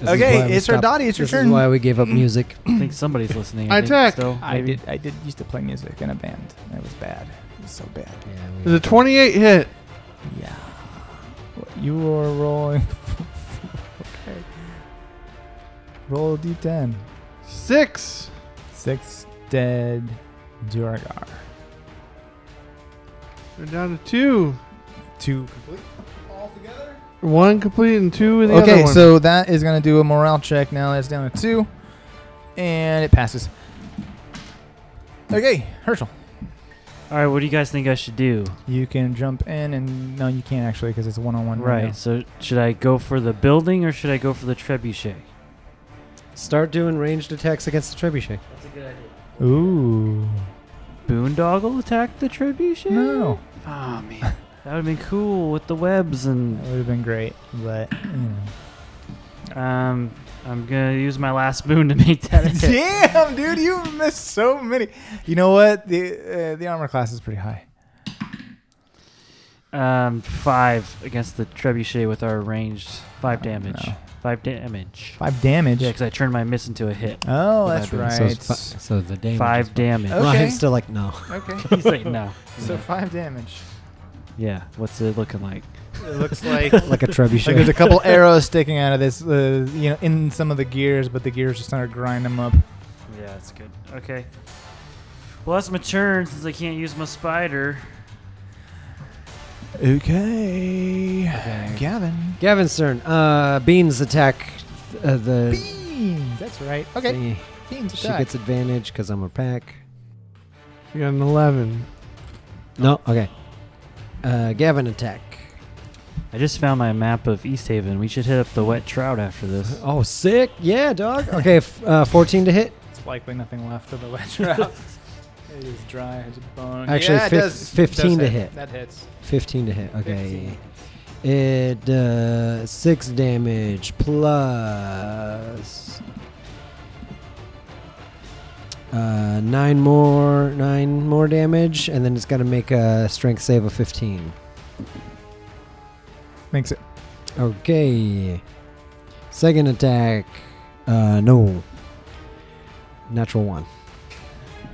S3: This is
S2: Okay,
S3: why we
S2: it's our
S3: stopped-
S2: Dottie, it's your
S3: this
S2: turn.
S3: Is why we gave up music.
S5: I think somebody's listening. I,
S4: I
S5: think,
S4: attack.
S5: Still,
S2: I
S5: maybe.
S2: did. I did used to play music in a band. It was bad. It was so bad.
S3: Yeah,
S4: Is a 28 hit?
S2: Yeah. You are rolling. okay. Roll a d10.
S4: Six.
S2: Six dead Duragar.
S4: They're down to two.
S2: Two complete. All together?
S4: One complete and two in the other
S2: Okay,
S4: one.
S2: so that is going to do a morale check now. That's down to two. And it passes. Okay, Herschel.
S5: All right, what do you guys think I should do?
S2: You can jump in, and no, you can't actually because it's one on one.
S5: Right. So should I go for the building or should I go for the trebuchet?
S3: Start doing ranged attacks against the trebuchet.
S5: That's a good idea.
S2: now. Ooh.
S5: Boondoggle attack the trebuchet?
S2: No.
S1: Oh, man.
S5: That would have been cool with the webs
S2: That
S5: and
S2: would have been great, but you know.
S5: um I'm gonna use my last boon to make that a hit.
S2: Damn, dude, you missed so many. You know what? The uh, the armor class is pretty high.
S5: Um five against the trebuchet with our ranged five
S2: Oh,
S5: damage.
S2: no.
S5: Five damage.
S2: Five damage.
S5: Yeah, because I turned my miss into a hit.
S2: Oh,
S3: With
S2: that's
S3: that being-
S2: right.
S3: So, it's fi- so the damage.
S5: Five damage.
S2: Oh. Okay.
S3: Ryan's still like, no.
S2: okay.
S5: He's like, no.
S2: So five damage.
S5: Yeah. What's it looking like?
S2: It looks like
S3: like a trebuchet.
S2: like there's a couple arrows sticking out of this, uh, you know, in some of the gears, but the gears just kind of grind them up.
S5: Yeah, that's good. Okay. Well, that's my turn since I can't use my spider.
S2: Okay. Gavin.
S3: Gavin's turn. Uh, Beans attack uh, the
S2: Beans. That's right. Okay.
S3: thingy.
S2: Beans
S3: She
S2: attack.
S3: gets advantage because I'm a pack.
S4: you got an eleven.
S2: Oh.
S3: No, okay. Uh, Gavin attack.
S5: I just found my map of East Haven. We should hit up the wet trout after this.
S3: Oh, sick. Yeah, dog. Okay, f- uh, 14 to hit.
S2: It's likely nothing left of the wedge route. it is dry as a bone.
S3: Actually,
S2: yeah, it
S3: fif-
S2: does-
S3: 15
S2: does
S3: to hit.
S2: That hits.
S3: 15 to hit. Okay.
S2: 15.
S3: It uh, six damage plus uh, nine more, nine more damage, and then it's got to make a strength save of 15.
S2: Makes it.
S3: Okay. Second attack. Uh, no. Natural one.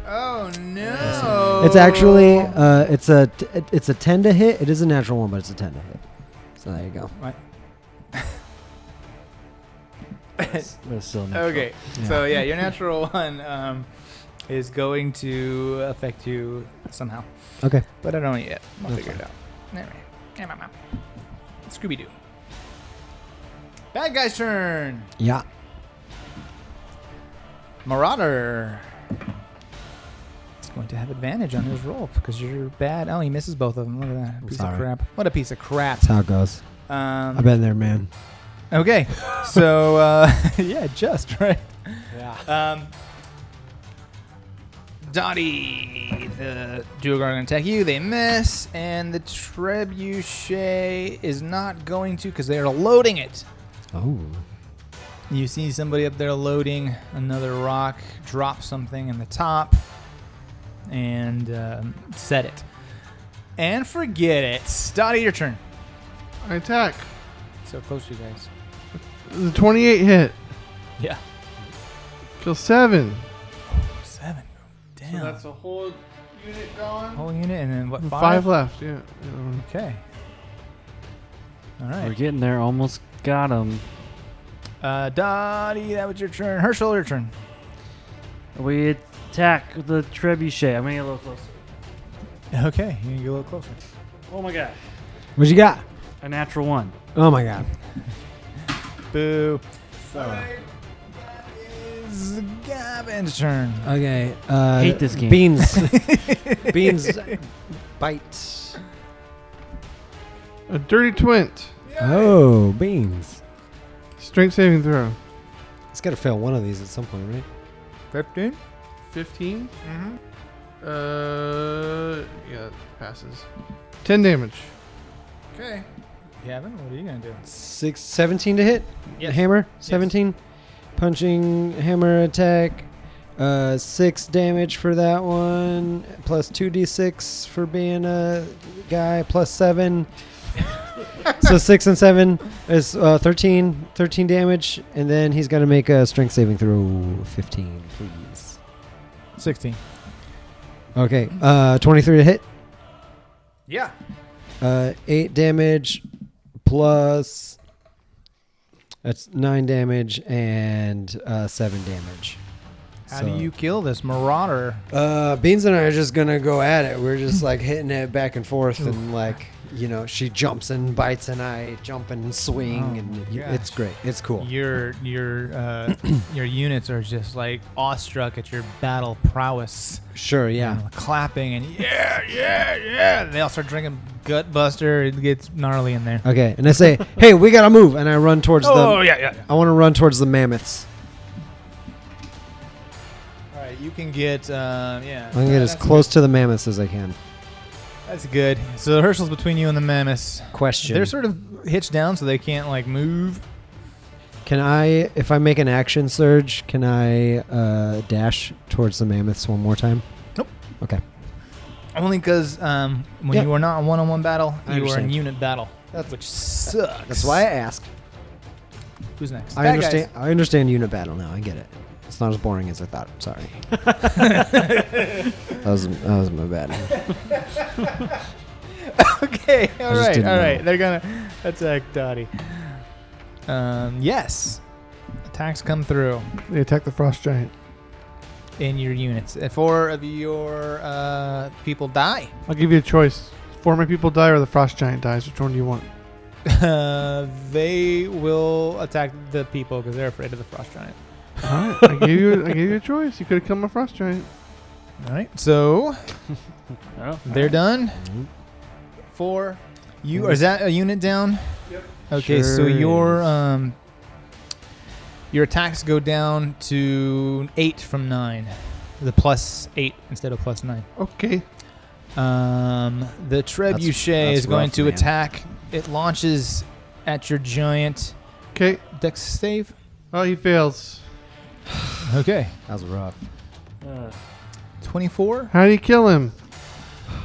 S2: Oh no!
S3: no.
S2: Oh.
S3: It's actually uh, it's a t- it- it's a ten to hit. It is a natural one, but it's a ten to hit. So there you go.
S5: But it's still natural.
S2: okay. So yeah, your natural one um, is going to affect you somehow,
S3: Okay.
S2: but I don't know yet. I'll
S3: That's
S2: figure it out. Anyway, yeah, mama. Scooby Doo. Bad guy's turn.
S3: Yeah.
S2: Marauder. It's going to have advantage on his roll because you're bad. Oh, he misses both of them. Look at that piece
S3: Sorry.
S2: of crap. What a piece of crap.
S3: That's how it goes.
S2: Um,
S3: I've been there, man.
S2: Okay, so uh, yeah, just right. Yeah. Um, Dottie, the dual guard gonna attack you. They miss, and the trebuchet is not going to because they are loading it.
S3: Oh.
S2: You see somebody up there loading another rock, drop something in the top, and um, set it. And forget it. Dottie, your turn.
S4: I attack.
S2: So close, you guys.
S4: The twenty-eight hit.
S2: Yeah.
S4: Kill seven.
S2: Seven. Damn.
S4: So that's a whole unit gone.
S2: Whole unit, and then what?
S4: Five,
S2: Five.
S4: left. Yeah. the other one.
S2: Okay. All
S5: We're
S2: right.
S5: getting there. Almost got him.
S2: Uh, Dottie, that was your turn. Herschel, your turn.
S5: We attack the trebuchet. I'm gonna get a little closer.
S2: Okay, you can get a little closer.
S5: Oh my god.
S3: What you got?
S5: A natural one.
S3: Oh my god.
S2: Boo. Sorry. That is Gavin's turn.
S3: Okay. Uh,
S5: Hate this game.
S3: Beans. beans. Bite.
S4: A dirty twint.
S3: Oh, beans.
S4: Strength saving throw.
S3: It's got to fail one of these at some point, right?
S2: 15?
S4: 15. Mm-hmm. Uh, yeah, passes. 10 damage.
S2: Okay. Gavin, what are you going to do?
S3: Six, 17 to hit. Hammer. 17. Punching hammer attack. Uh, six damage for that one. Plus 2d6 for being a guy. Plus seven. so six and seven is uh, 13. 13 damage. And then he's got to make a strength saving throw. 15, please.
S2: 16.
S3: Okay. Uh, 23 to hit.
S2: Yeah.
S3: Uh, eight damage plus that's nine damage and uh, seven damage.
S2: How
S3: So-
S2: do you kill this marauder?
S3: Uh, Beans and I are just gonna go at it. We're just like hitting it back and forth, and like you know, she jumps and bites, and I jump and swing,
S2: Oh,
S3: and
S2: my gosh.
S3: it's great. It's cool.
S2: Your your uh, your units are just like awestruck at your battle prowess.
S3: Sure, yeah.
S2: clapping and yeah, yeah, yeah. They all start drinking Gutbuster. It gets gnarly in there.
S3: Okay, and I say, "Hey, we gotta move," and I run towards
S2: Oh
S3: the.
S2: yeah, yeah. yeah.
S3: I want to run towards the mammoths.
S2: All right, you can get um, yeah.
S3: I'm gonna get as
S2: that's-
S3: close to the mammoths as I can.
S2: That's good. So Herschel's between you and the mammoths.
S3: Question:
S2: They're sort of hitched down, so they can't like move.
S3: Can I, if I make an action surge, can I uh, dash towards the mammoths one more time?
S2: Nope.
S3: Okay,
S2: Only because um, when
S3: Yeah.
S2: you are not in one-on-one battle,
S3: I
S2: you are in
S3: understand.
S2: unit battle,
S3: That's-
S2: which sucks.
S3: that's why I asked.
S2: Who's next?
S3: I
S2: Bad
S3: understand. I understand unit battle now. I get it. It's not as boring as I thought. Sorry. that was that was my bad.
S2: guys. Okay. All right.
S3: just
S2: All
S3: didn't
S2: right.
S3: know.
S2: They're gonna attack Dottie. Um, yes. Attacks come through.
S4: They attack the frost giant.
S2: in your units. If four of your uh, people die,
S4: I'll give you a choice. Four of my people die or the frost giant dies. Which one do you want?
S2: uh, they will attack the people because they're afraid of the frost giant.
S4: All right, I gave you I gave you a choice. You could have killed my frost giant.
S2: All right, so
S5: Oh,
S2: they're done. Four, you is that a unit down? Yep. Okay, so
S3: Sure
S2: your
S3: is.
S2: um, your attacks go down to eight from nine, the plus eight instead of plus nine.
S4: Okay.
S2: Um, the trebuchet
S3: that's
S2: is going
S3: rough,
S2: to
S3: man.
S2: attack. It launches at your giant.
S4: Okay.
S2: Dex save.
S4: Oh, he fails.
S2: Okay.
S3: That was rough.
S5: Uh,
S2: 24.
S4: How do you kill him?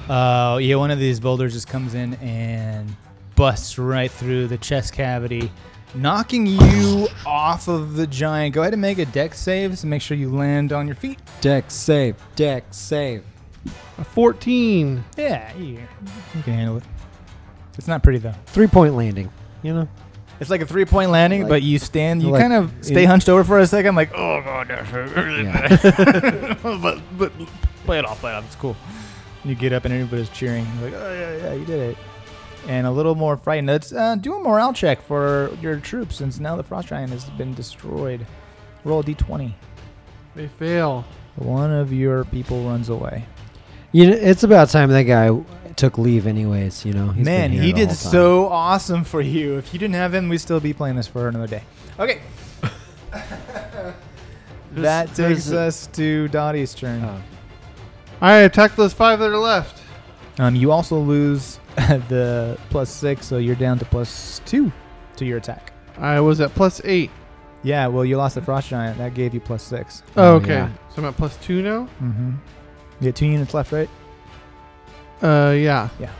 S2: Uh, yeah, one of these boulders just comes in and busts right through the chest cavity, knocking you off of the giant. Go ahead and make a dex save to make sure you land on your feet.
S3: Deck save. Deck save.
S4: A 14.
S2: Yeah, you, you can handle it. It's not pretty, though.
S3: Three point landing. You know.
S2: It's like a three point landing,
S3: Like-
S2: but you stand, you
S3: like-
S2: kind of stay hunched over for a second, like, oh, God, that hurt really bad. but, but play it off, play it off. It's cool. You get up and everybody's cheering. You're like, oh, yeah, yeah, you did it. And a little more frightened. Let's uh, do a morale check for your troops since now the Frost Giant has been destroyed. Roll a d20.
S4: They fail.
S2: One of your people runs away.
S3: You know, it's about time that guy took leave. Anyways, you know. he's been
S2: Man,
S3: here
S2: he
S3: the
S2: did
S3: whole time.
S2: so awesome for you. If you didn't have him, we'd still be playing this for another day. Okay. that
S5: Who's- who's
S2: takes
S5: it?
S2: us to Dottie's turn.
S3: Uh,
S4: All right, attack those five that are left.
S2: Um, you also lose the plus six, so you're down to plus two to your attack.
S4: I was at plus eight.
S2: Yeah, well, you lost the frost giant. That gave you plus six.
S4: Oh,
S3: Oh,
S4: okay.
S3: yeah.
S4: So I'm at plus two now?
S2: Mm-hmm. You had two units left, right?
S4: Uh, yeah.
S2: Yeah.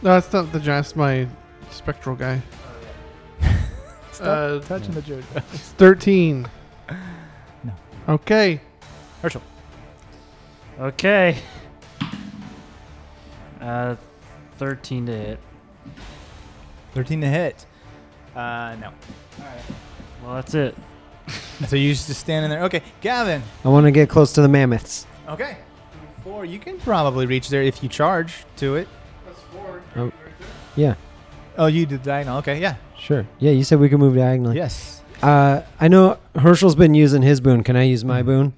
S4: No, that's not the giant. That's my spectral guy.
S2: Stop
S4: Uh,
S2: touching the joke.
S4: 13.
S2: No.
S4: Okay.
S5: okay. Uh, 13 to hit.
S2: Thirteen to hit. Uh, no.
S5: Well, that's it.
S2: So you just standing there. Okay, Gavin.
S3: I want to get close to the mammoths.
S2: Okay. Four. You can probably reach there if you charge to it.
S3: Yeah.
S2: Oh, you did diagonal. Okay, yeah.
S3: Sure. Yeah, you said we could move diagonally.
S2: Yes.
S3: Uh, I know Herschel's been using his boon. Can I use my boon?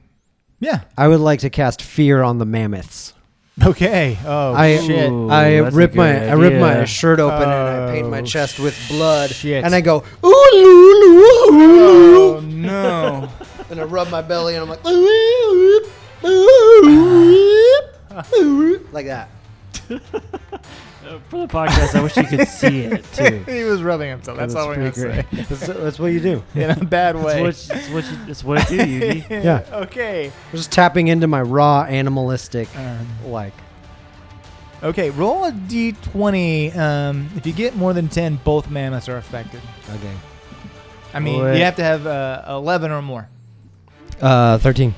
S2: Yeah.
S3: I would like to cast fear on the mammoths.
S2: Okay. Oh
S3: I-
S2: shit.
S5: Ooh,
S3: I
S5: that's a
S3: rip my
S5: good
S3: I rip my
S5: idea.
S3: shirt open and I paint my
S2: Oh,
S3: chest with blood
S2: shit.
S3: and I go ooh loo, loo, loo,
S2: Oh no.
S3: loo," and I rub my belly and I'm like "Ooh, ooh, ooh, ooh," like that.
S5: For the podcast, I wish you could see it too.
S2: he was rubbing himself. That's, all we're gonna say.
S3: That's, that's what you do.
S2: In a bad way.
S5: It's what, it's what, you, it's what you do, Yugi.
S3: Yeah,
S2: okay.
S3: I'm just tapping into my raw animalistic like.
S2: Okay. Roll a d20. Um, if you get more than ten, both mammoths are affected.
S3: Okay.
S2: I mean,
S5: Wait.
S2: you have to have uh, eleven or more.
S3: Uh, thirteen.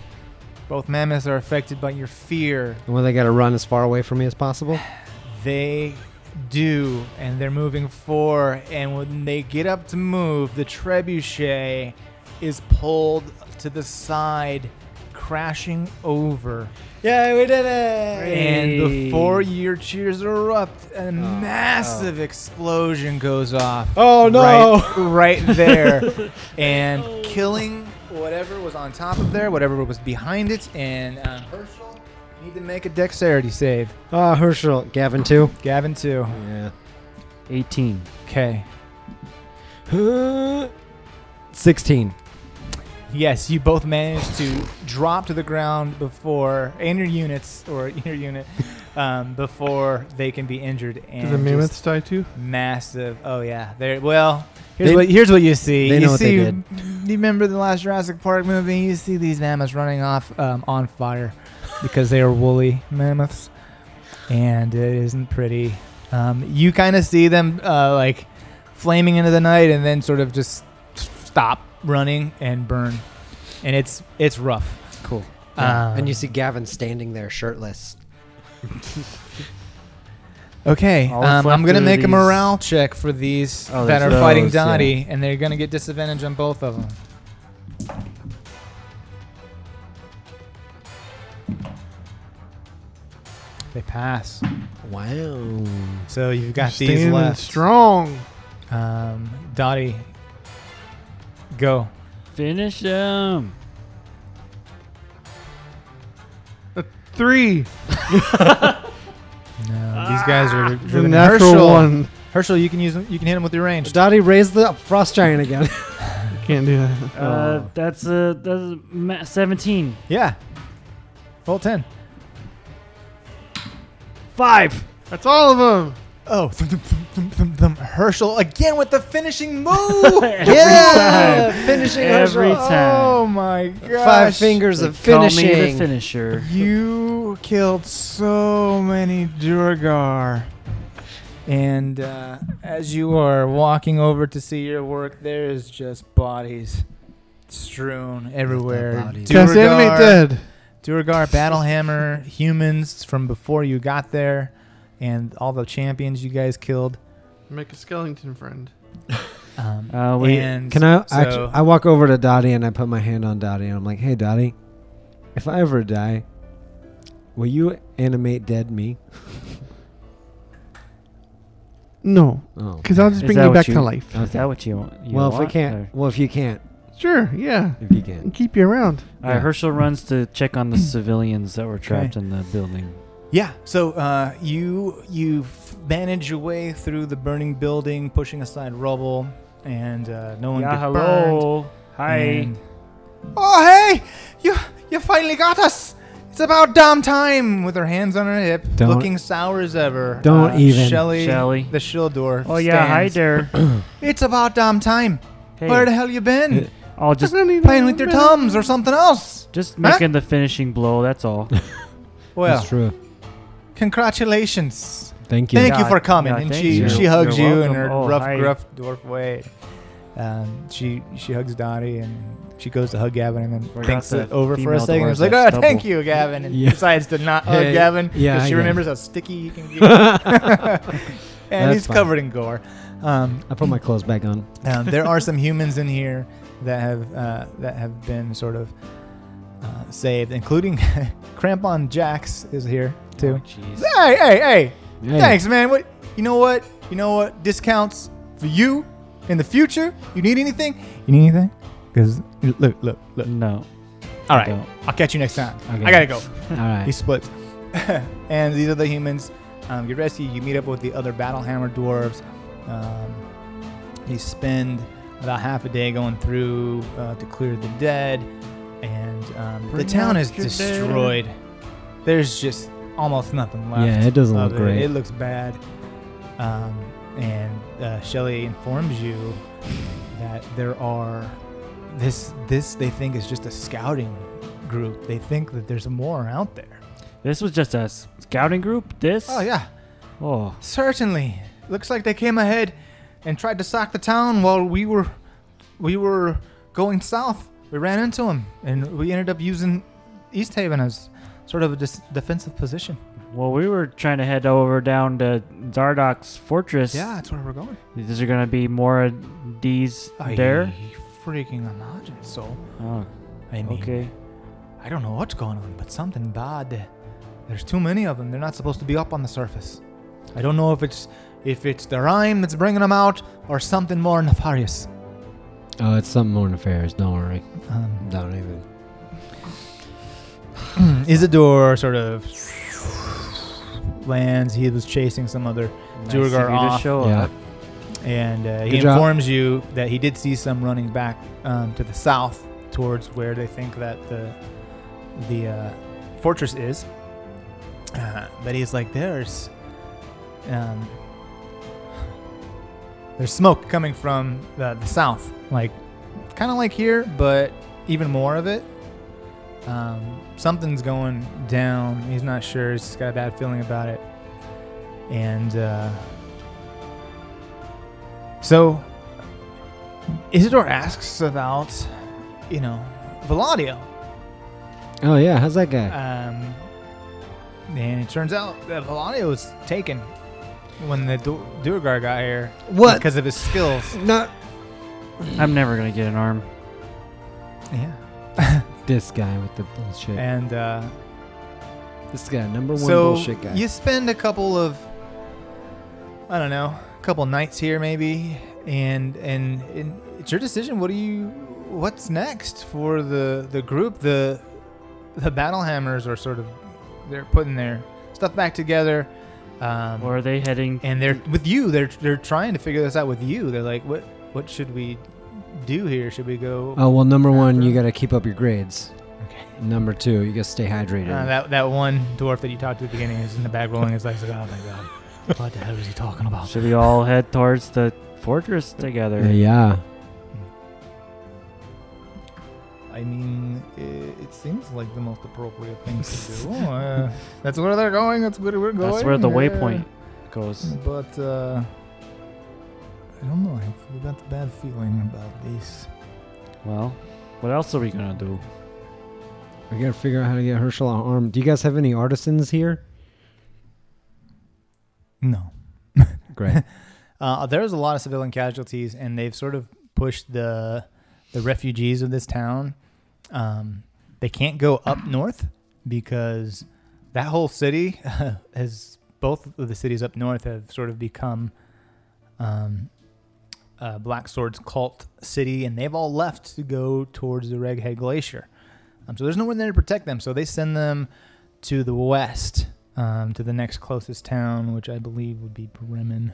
S2: Both mammoths are affected by your fear.
S3: And when they got to run as far away from me as possible.
S2: They do, and they're moving four. And when they get up to move, the trebuchet is pulled to the side, crashing over.
S3: Yeah, we did it.
S2: And before your cheers erupt, a massive explosion goes off.
S3: Oh, no.
S2: Right, right there, and killing whatever was on top of there, whatever was behind it. And um, Herschel, you need to make a dexterity save.
S3: Ah, Herschel, Gavin too.
S2: Gavin too.
S3: Yeah.
S5: 18.
S2: Okay.
S3: Sixteen.
S2: Yes, you both managed to drop to the ground before, and your units or your unit, um, before they can be injured. And
S4: Do the
S2: just-
S4: mammoths die too?
S2: massive. Oh yeah, there. Well, here's
S3: They-
S2: what here's what you see.
S3: they
S2: you
S3: know what they
S2: see,
S3: did.
S2: You remember the last Jurassic Park movie? You see these mammoths running off um, on fire because they are woolly mammoths, and it isn't pretty. Um, you kind of see them uh, like flaming into the night, and then sort of just stop running and burn, and it's it's rough.
S3: Cool.
S2: Um,
S3: and you see Gavin standing there shirtless.
S2: Okay,
S5: All
S2: um, I'm
S5: reflected
S2: gonna
S5: are
S2: make a
S5: these-
S2: morale check for these
S5: Oh,
S2: that are
S5: there's
S2: fighting
S5: those, yeah.
S2: Dottie, and they're gonna get disadvantage on both of them. They pass.
S7: Wow.
S2: So you've got these
S4: Standing
S2: left.
S4: strong.
S2: Um, Dottie, go.
S5: Finish them.
S4: Three.
S2: No,
S5: Ah,
S2: these guys are
S4: The
S2: driven.
S4: natural
S2: Herschel,
S4: one.
S2: Herschel, you can use them, you can hit them with your range.
S3: Dottie raised the frost giant again.
S4: Can't do that.
S5: Uh, that's a that's a ma- 17.
S2: Yeah, full ten.
S5: Five.
S4: That's all of them.
S2: Oh, thum, thum, thum, thum, thum, thum. Herschel again with the finishing move.
S5: Every
S3: yeah,
S5: time.
S3: finishing
S5: Every
S3: Herschel.
S5: time.
S2: Oh my gosh.
S3: Five fingers
S5: They
S3: of
S5: call me the
S3: finishing.
S5: finisher.
S2: You killed so many Durgar. And uh, as you are walking over to see your work, there is just bodies strewn everywhere.
S3: bodies.
S4: Cast animate
S2: Durgar,
S4: dead.
S2: Durgar Battlehammer, humans from before you got there, and all the champions you guys killed.
S4: Make a skeleton friend.
S2: Um,
S5: Uh, we,
S2: and
S7: Can I?
S2: so,
S7: actu- I walk over to Dottie and I put my hand on Dottie and I'm like, "Hey, Dottie, if I ever die, will you animate dead me?"
S4: No,
S7: Oh.
S4: because I'll just
S5: Is
S4: bring
S5: that
S4: you
S5: what
S4: back
S5: you- Oh,
S4: to life.
S5: is that what you, want- you
S7: well, if
S5: want?
S7: I can't.
S5: Or-
S7: Well, if you can't,
S4: Sure, yeah.
S7: if you
S4: And
S7: can't.
S4: keep you around.
S5: All right,
S7: Yeah.
S5: Herschel runs to check on the civilians that were trapped in the building.
S2: Yeah. So uh, you you f- manage your way through the burning building, pushing aside rubble, and uh, no one gets burned.
S5: Hi.
S2: and- oh hey, you you finally got us. It's about damn time. With her hands on her hip,
S7: Don't-
S2: looking sour as ever. Uh,
S7: don't even.
S2: Shelly,
S5: Shelley.
S2: the shield door.
S5: oh yeah, hi there.
S2: It's about damn time.
S5: Hey,
S2: Where the hell you been?
S5: I'll just
S2: Playing with your tums or something else?
S5: just making the finishing blow. That's all.
S2: Well,
S7: true.
S2: congratulations.
S7: Thank
S2: Thank you
S5: Yeah,
S2: for coming.
S5: yeah,
S2: and
S5: thank
S2: she
S7: you.
S2: she
S5: You're-
S2: hugs
S5: you're
S2: you in
S5: welcome.
S2: her
S5: Oh,
S2: rough,
S5: hi.
S2: gruff dwarf way. Um, she she hugs Dottie and she goes to hug Gavin and then
S5: Forgot
S2: thinks
S5: the
S2: it over for a
S5: female
S2: second.
S5: dwarves
S2: It's like, oh,
S5: have
S2: thank
S5: stubble."
S2: you, Gavin, and
S7: Yeah.
S2: decides to not hug
S7: Hey,
S2: Gavin because
S7: yeah, I
S2: she
S7: get
S2: remembers
S7: it.
S2: how sticky he can get. and
S7: That's
S2: he's
S7: fine.
S2: covered in gore. Um,
S7: I put my clothes back on.
S2: um, there are some humans in here that have uh, that have been sort of uh, saved, including Crampon Jax is here too.
S5: Jeez.
S2: Hey, hey, hey!
S7: Hey.
S2: Thanks, man. What? You know what? You know what? Discounts for you in the future. You need anything? You need anything? Because look, look, look.
S5: No.
S2: All right,
S5: don't.
S2: I'll catch you next time.
S7: Okay.
S2: I gotta go.
S7: All
S2: He
S7: right.
S2: splits, and these are the humans. Um, you rescue. You meet up with the other Battlehammer dwarves. Um, you spend about half a day going through uh, to clear the dead, and um, the
S5: Bring
S2: town
S5: out
S2: is
S5: your dead.
S2: destroyed. There's just almost nothing left.
S7: Yeah, it doesn't
S2: of
S7: look great.
S2: It looks bad. Um, and uh, Shelly informs you that there are this this they think is just a scouting group. They think that there's more out there.
S5: This was just a s- scouting group. This.
S2: Oh yeah,
S5: Oh.
S2: certainly. Looks like they came ahead and tried to sack the town while we were we were going south. We ran into them and we ended up using East Haven as sort of a dis- defensive position.
S5: Well, we were trying to head over down to Zardok's fortress.
S2: Yeah, that's where we're going.
S5: Is there going to be more of these there?
S2: I freaking imagine so.
S5: Oh,
S2: I mean,
S5: okay.
S2: I don't know what's going on, but something bad. There's too many of them. They're not supposed to be up on the surface. I don't know if it's if it's the rhyme that's bringing them out or something more nefarious.
S7: Oh, it's something more nefarious. Don't worry.
S2: Um,
S7: Don't even.
S2: Isidore sort of lands. He was chasing some other
S5: Nice
S2: Duergar
S5: of you to
S2: off.
S5: show
S7: yeah.
S5: up.
S2: and uh, he
S7: Good job.
S2: informs you that he did see some running back um, to the south towards where they think that the the uh, fortress is. Uh, but he's like, there's um, there's smoke coming from the, the south, like kind of like here, but even more of it. Um, something's going down. He's not sure. He's just got a bad feeling about it. And uh, so Isidore asks about, you know, Valadio.
S7: Oh yeah. How's that guy?
S2: Um, and it turns out that Valadio was taken when the du- Duergar got here
S3: What?
S2: because of his skills.
S3: Not
S5: I'm never going to get an arm.
S2: Yeah.
S7: this guy with the bullshit.
S2: And uh,
S7: this guy, number one
S2: so
S7: bullshit guy.
S2: you spend a couple of, I don't know, a couple nights here maybe, and and, and it's your decision. What do you? What's next for the the group? The the battle hammers are sort of they're putting their stuff back together. Um,
S5: Or are they heading?
S2: and they're with you. They're they're trying to figure this out with you. They're like, what what should we do here? Should we go?
S7: oh well, number one,
S2: After-
S7: you got to keep up your grades.
S2: Okay.
S7: Number two, you got to stay hydrated.
S2: Uh, that that one dwarf that you talked to at the beginning is in the back rolling his legs like, oh my god, what the hell is he talking about?
S5: Should we all head towards the fortress together?
S7: Uh, yeah.
S2: I mean, it, it seems like the most appropriate thing to do. Uh, that's where they're going. That's where we're going.
S5: That's where the
S2: uh,
S5: waypoint goes.
S2: But uh, I don't know. I've got a bad feeling about this.
S7: Mm.
S5: Well, what else are we going to do?
S7: We got to figure out how to get Herschel an arm. Do you guys have any artisans here?
S2: No.
S7: Great.
S2: Uh, there's a lot of civilian casualties, and they've sort of pushed the the refugees of this town. Um, they can't go up north because that whole city has both of the cities up north have sort of become um, uh, Black Sword's cult city, and they've all left to go towards the Reghead Glacier. Um, so there's no one there to protect them, so they send them to the west um, to the next closest town, which I believe would be Bremen.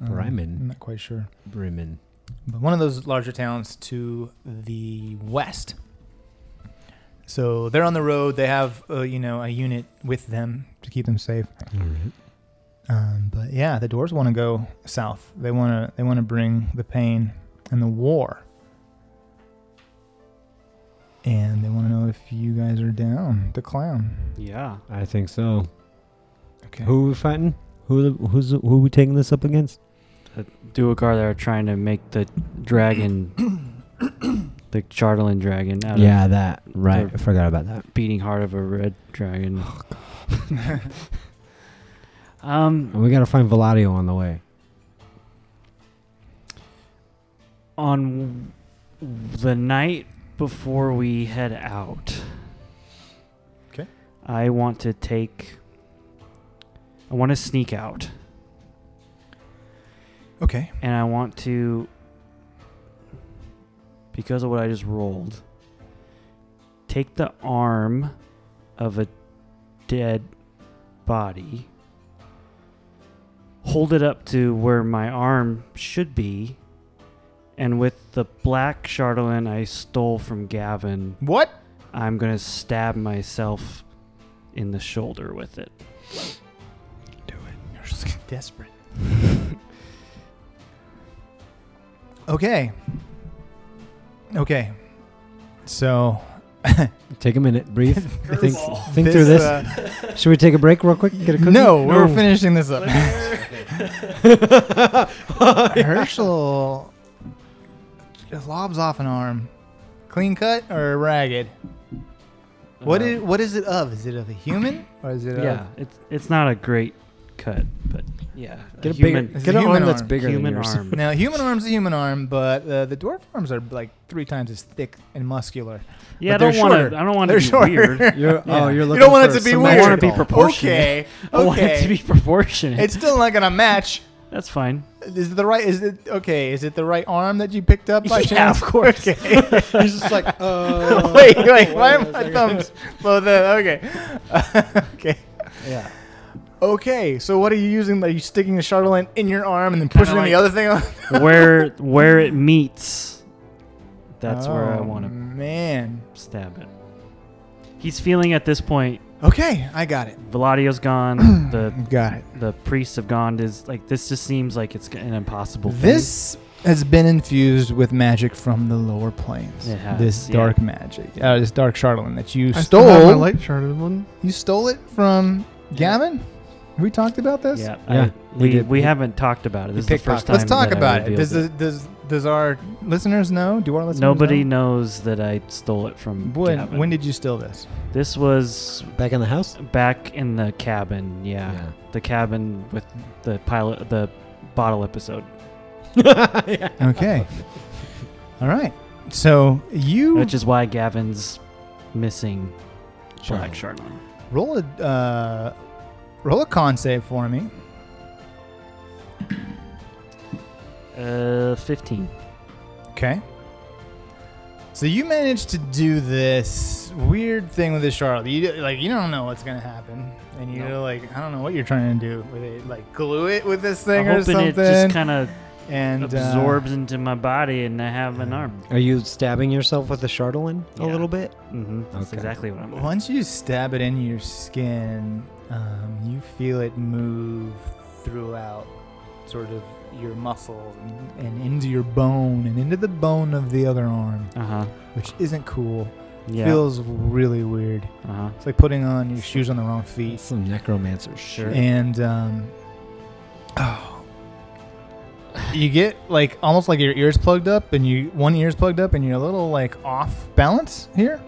S2: Um,
S7: Bremen?
S2: I'm not quite sure.
S7: Bremen.
S2: But one of those larger towns to the west. So they're on the road. They have, uh, you know, a unit with them to keep them safe.
S7: All right.
S2: Um, but yeah, the dwarves want to go south. They want to. They want to bring the pain and the war. And they want to know if you guys are down. The clown.
S5: Yeah.
S7: I think so.
S2: Okay.
S7: Who we fighting? Who who's who we taking this up against?
S5: Uh, Duogar that are trying to make the dragon, the Chardelin dragon, out
S7: yeah, that right.
S5: Or-
S7: I forgot about that.
S5: of beating heart of a red dragon. um, Oh.
S7: And we got to find Veladio on the way.
S5: on w- the night before we head out.
S2: 'Kay.
S5: I want to take. I want to sneak out,
S2: Okay.
S5: and I want to. Because of what I just rolled, take the arm of a dead body, hold it up to where my arm should be, and with the black chardelin I stole from Gavin,
S2: What?
S5: I'm going to stab myself in the shoulder with it.
S2: You're just desperate. okay. Okay. So
S7: Take a minute, breathe, think, think
S2: this,
S7: through this.
S2: uh,
S7: Should we take a break real quick? Get a cookie?
S2: no, we're finishing this up. Herschel just lobs off an arm. Clean cut or ragged? What
S5: Uh,
S2: is what is it of? Is it of a human or is it?
S5: Yeah, it's it's not a great cut, but
S7: Yeah.
S5: A
S7: Get a
S5: human-
S7: bigger,
S2: It's
S7: get
S2: a
S7: an
S2: human
S7: arm that's
S2: arm.
S7: bigger than
S5: human
S7: yours.
S2: Of,
S5: arm.
S2: now, human arms a human arm, but uh, the dwarf arms are like three times as thick and muscular.
S5: Yeah, I
S2: But they're
S5: don't want
S2: shorter.
S5: to. I don't want to
S2: They're
S5: be
S2: shorter.
S5: weird.
S7: You're,
S5: Yeah.
S7: Oh, you're looking
S2: You don't want it
S7: for
S2: to be
S7: some
S2: weird.
S5: I wanna be
S7: magical-
S5: proportionate.
S2: Okay,
S5: proportionate. I want it
S2: okay.
S5: to be proportionate.
S2: it's still not gonna match.
S5: That's fine.
S2: Is it the right? Is it okay? Is it the right arm that you picked up by
S5: Yeah,
S2: chance?
S5: of course.
S2: Okay.
S7: He's just like, uh,
S2: wait, wait. Why am my thumbs? Well, then, okay, okay,
S7: Yeah.
S2: okay. So, what are you using? Are you sticking the Charlotte in your arm and then pushing the other thing on?
S5: where where it meets, that's where I
S2: Oh,
S5: want to
S2: Man.
S5: stab it. He's feeling at this point.
S2: Okay, I got it.
S5: Veladio's gone. the
S2: Got it.
S5: the priests have gone. Is like this just seems like it's an impossible. thing.
S2: This has been infused with magic from the lower planes.
S5: It has,
S2: this
S5: yeah.
S2: dark magic, uh, this dark charlatan that you
S4: I still have my
S2: stole.
S4: light shard in one.
S2: You stole it from Gavin. We talked about this.
S5: Yeah,
S7: Yeah,
S5: I,
S7: he
S5: we,
S7: did.
S5: we
S7: He-
S5: haven't talked about it. This is the first
S7: pickpocketed.
S5: time.
S2: Let's talk
S5: that I
S2: about it.
S5: revealed
S2: Does, the, does does our listeners know? Do our listeners?
S5: Nobody
S2: Know?
S5: knows that I stole it from.
S2: When
S5: Gavin.
S2: when did you steal this?
S5: this was
S7: Back in the house?
S5: back in the cabin? Yeah, the cabin with the pilot, the bottle episode.
S2: Okay. All right. So you
S5: which is why Gavin's missing Black Chardonnay.
S2: roll a uh, roll a con save for me.
S5: Uh, fifteen.
S2: Okay. So you managed to do this weird thing with the Charlotte. You like you don't know what's gonna happen, and you're
S5: No.
S2: like I don't know what you're trying to do with it. Like glue it with this
S5: I'm
S2: thing or
S5: hoping
S2: something,
S5: it just kind of
S2: and uh,
S5: absorbs into my body, and I have an arm.
S7: Are you stabbing yourself with the Chardelin a
S5: Yeah.
S7: little bit?
S5: hmm That's
S7: Mm-hmm. Okay.
S5: exactly what I'm. doing.
S2: uh, Once you stab it in your skin, um, you feel it move throughout sort of your muscle and, and into your bone and into the bone of the other arm,
S5: Uh huh.
S2: which isn't cool.
S5: Yeah.
S2: Feels really weird.
S5: uh huh.
S2: It's like putting on your shoes on the wrong feet.
S7: Some necromancer shit.
S2: And um, oh, you get like almost like your ears plugged up, and you one ear's plugged up, and you're a little like off balance here.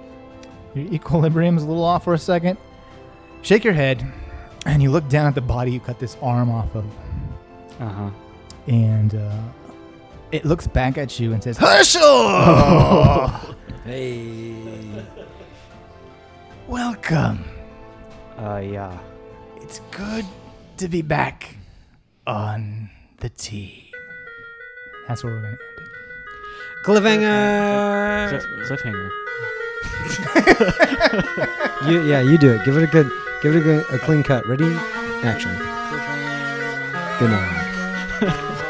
S2: Your equilibrium's a little off for a second. Shake your head, and you look down at the body you cut this arm off of,
S5: Uh huh.
S2: and uh, it looks back at you and says, "Herschel,
S7: Hey.
S2: welcome.
S5: Uh yeah.
S2: It's good to be back on the team." That's where we're gonna end it.
S7: Cliffhanger.
S5: Cliff, cliffhanger.
S7: You, yeah, you do it. Give it a good, give it a, good, a clean cut. Ready? Action. Good night.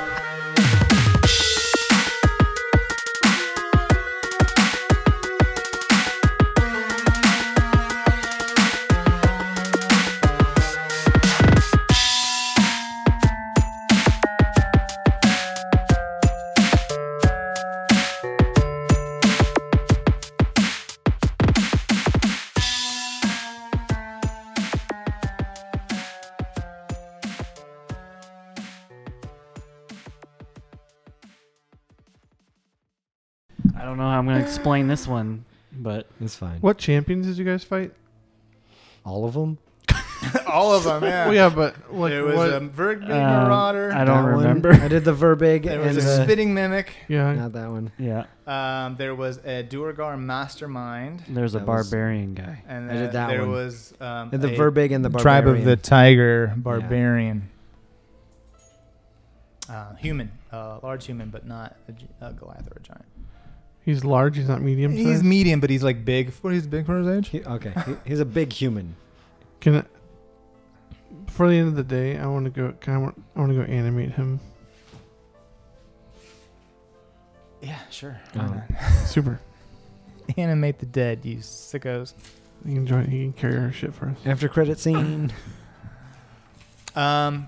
S5: I don't know how I'm gonna explain this one, but
S7: It's fine.
S4: What champions did you guys fight?
S7: All of them?
S2: All of them, yeah.
S4: Well, yeah, but like
S2: there was
S4: what?
S2: a Verg
S5: Um,
S2: Marauder.
S5: I don't
S7: That one.
S5: remember.
S7: I did the Verbig
S2: there
S7: and
S2: was a
S7: the,
S2: Spitting Mimic.
S4: yeah,
S7: not that one.
S5: yeah.
S2: Um, there was a Duergar Mastermind.
S5: There's a
S7: That was-
S5: barbarian guy.
S2: And
S7: I
S2: then
S7: did that
S2: there
S7: one.
S2: was um,
S7: And the
S2: a
S7: Verbig and the
S2: Tribe of the
S7: Barbarian.
S2: Tiger Barbarian. Uh, human. Uh, large human, but not a, gi- a Goliath or a giant.
S4: he's large. He's not medium
S2: He's
S4: sized.
S2: medium, but he's like big. For, he's big for his age.
S7: He- okay, he- he's a big human.
S4: Can I, before the end of the day, I want to go. Can I, want, I want to go animate him.
S2: Yeah, sure.
S7: Oh.
S2: Why not?
S4: Super.
S2: Animate the dead, you sickos.
S4: He can join. He can carry our shit for us.
S7: After credit scene.
S2: Um,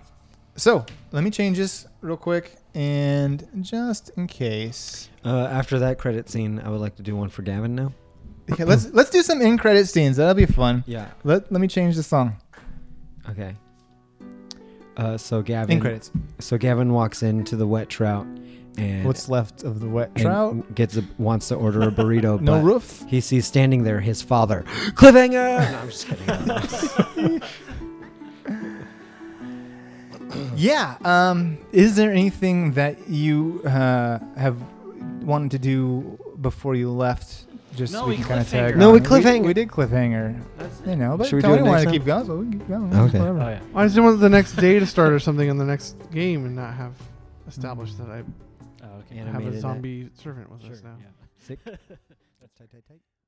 S2: so let me change this real quick, and just in case,
S7: Uh, after that credit scene, I would like to do one for Gavin now.
S2: okay, let's let's do some in credit scenes. That'll be fun.
S7: Yeah.
S2: Let let me change the song
S7: Okay. Uh, so Gavin.
S2: in credits.
S7: So Gavin walks into the wet trout,
S3: and
S2: What's left of the wet
S3: and
S2: trout?
S3: gets a, wants to order a burrito.
S2: No
S3: but
S2: roof.
S3: He sees standing there his father. Cliffhanger. No, I'm just kidding.
S2: Yeah. Um, is there anything that you uh, have wanted to do before you left? Just
S5: No,
S2: so we,
S5: we
S2: can kind of tag.
S5: cliffhanger.
S3: No,
S2: on.
S3: we cliffhanger.
S2: We, did cliffhanger. You know, but
S3: Should we do it
S2: Tony
S3: next
S2: wanted to
S3: time?
S2: keep going, so we can keep going.
S3: Okay.
S2: Whatever.
S5: Oh yeah.
S4: I just want the next day to start or something on the next game and not have established that I
S5: Oh, okay.
S3: Yeah,
S4: have
S3: Animated
S4: a
S3: that.
S4: zombie servant with us
S5: Sure,
S4: now.
S5: yeah.
S3: Sick. That's tight, tight, tight.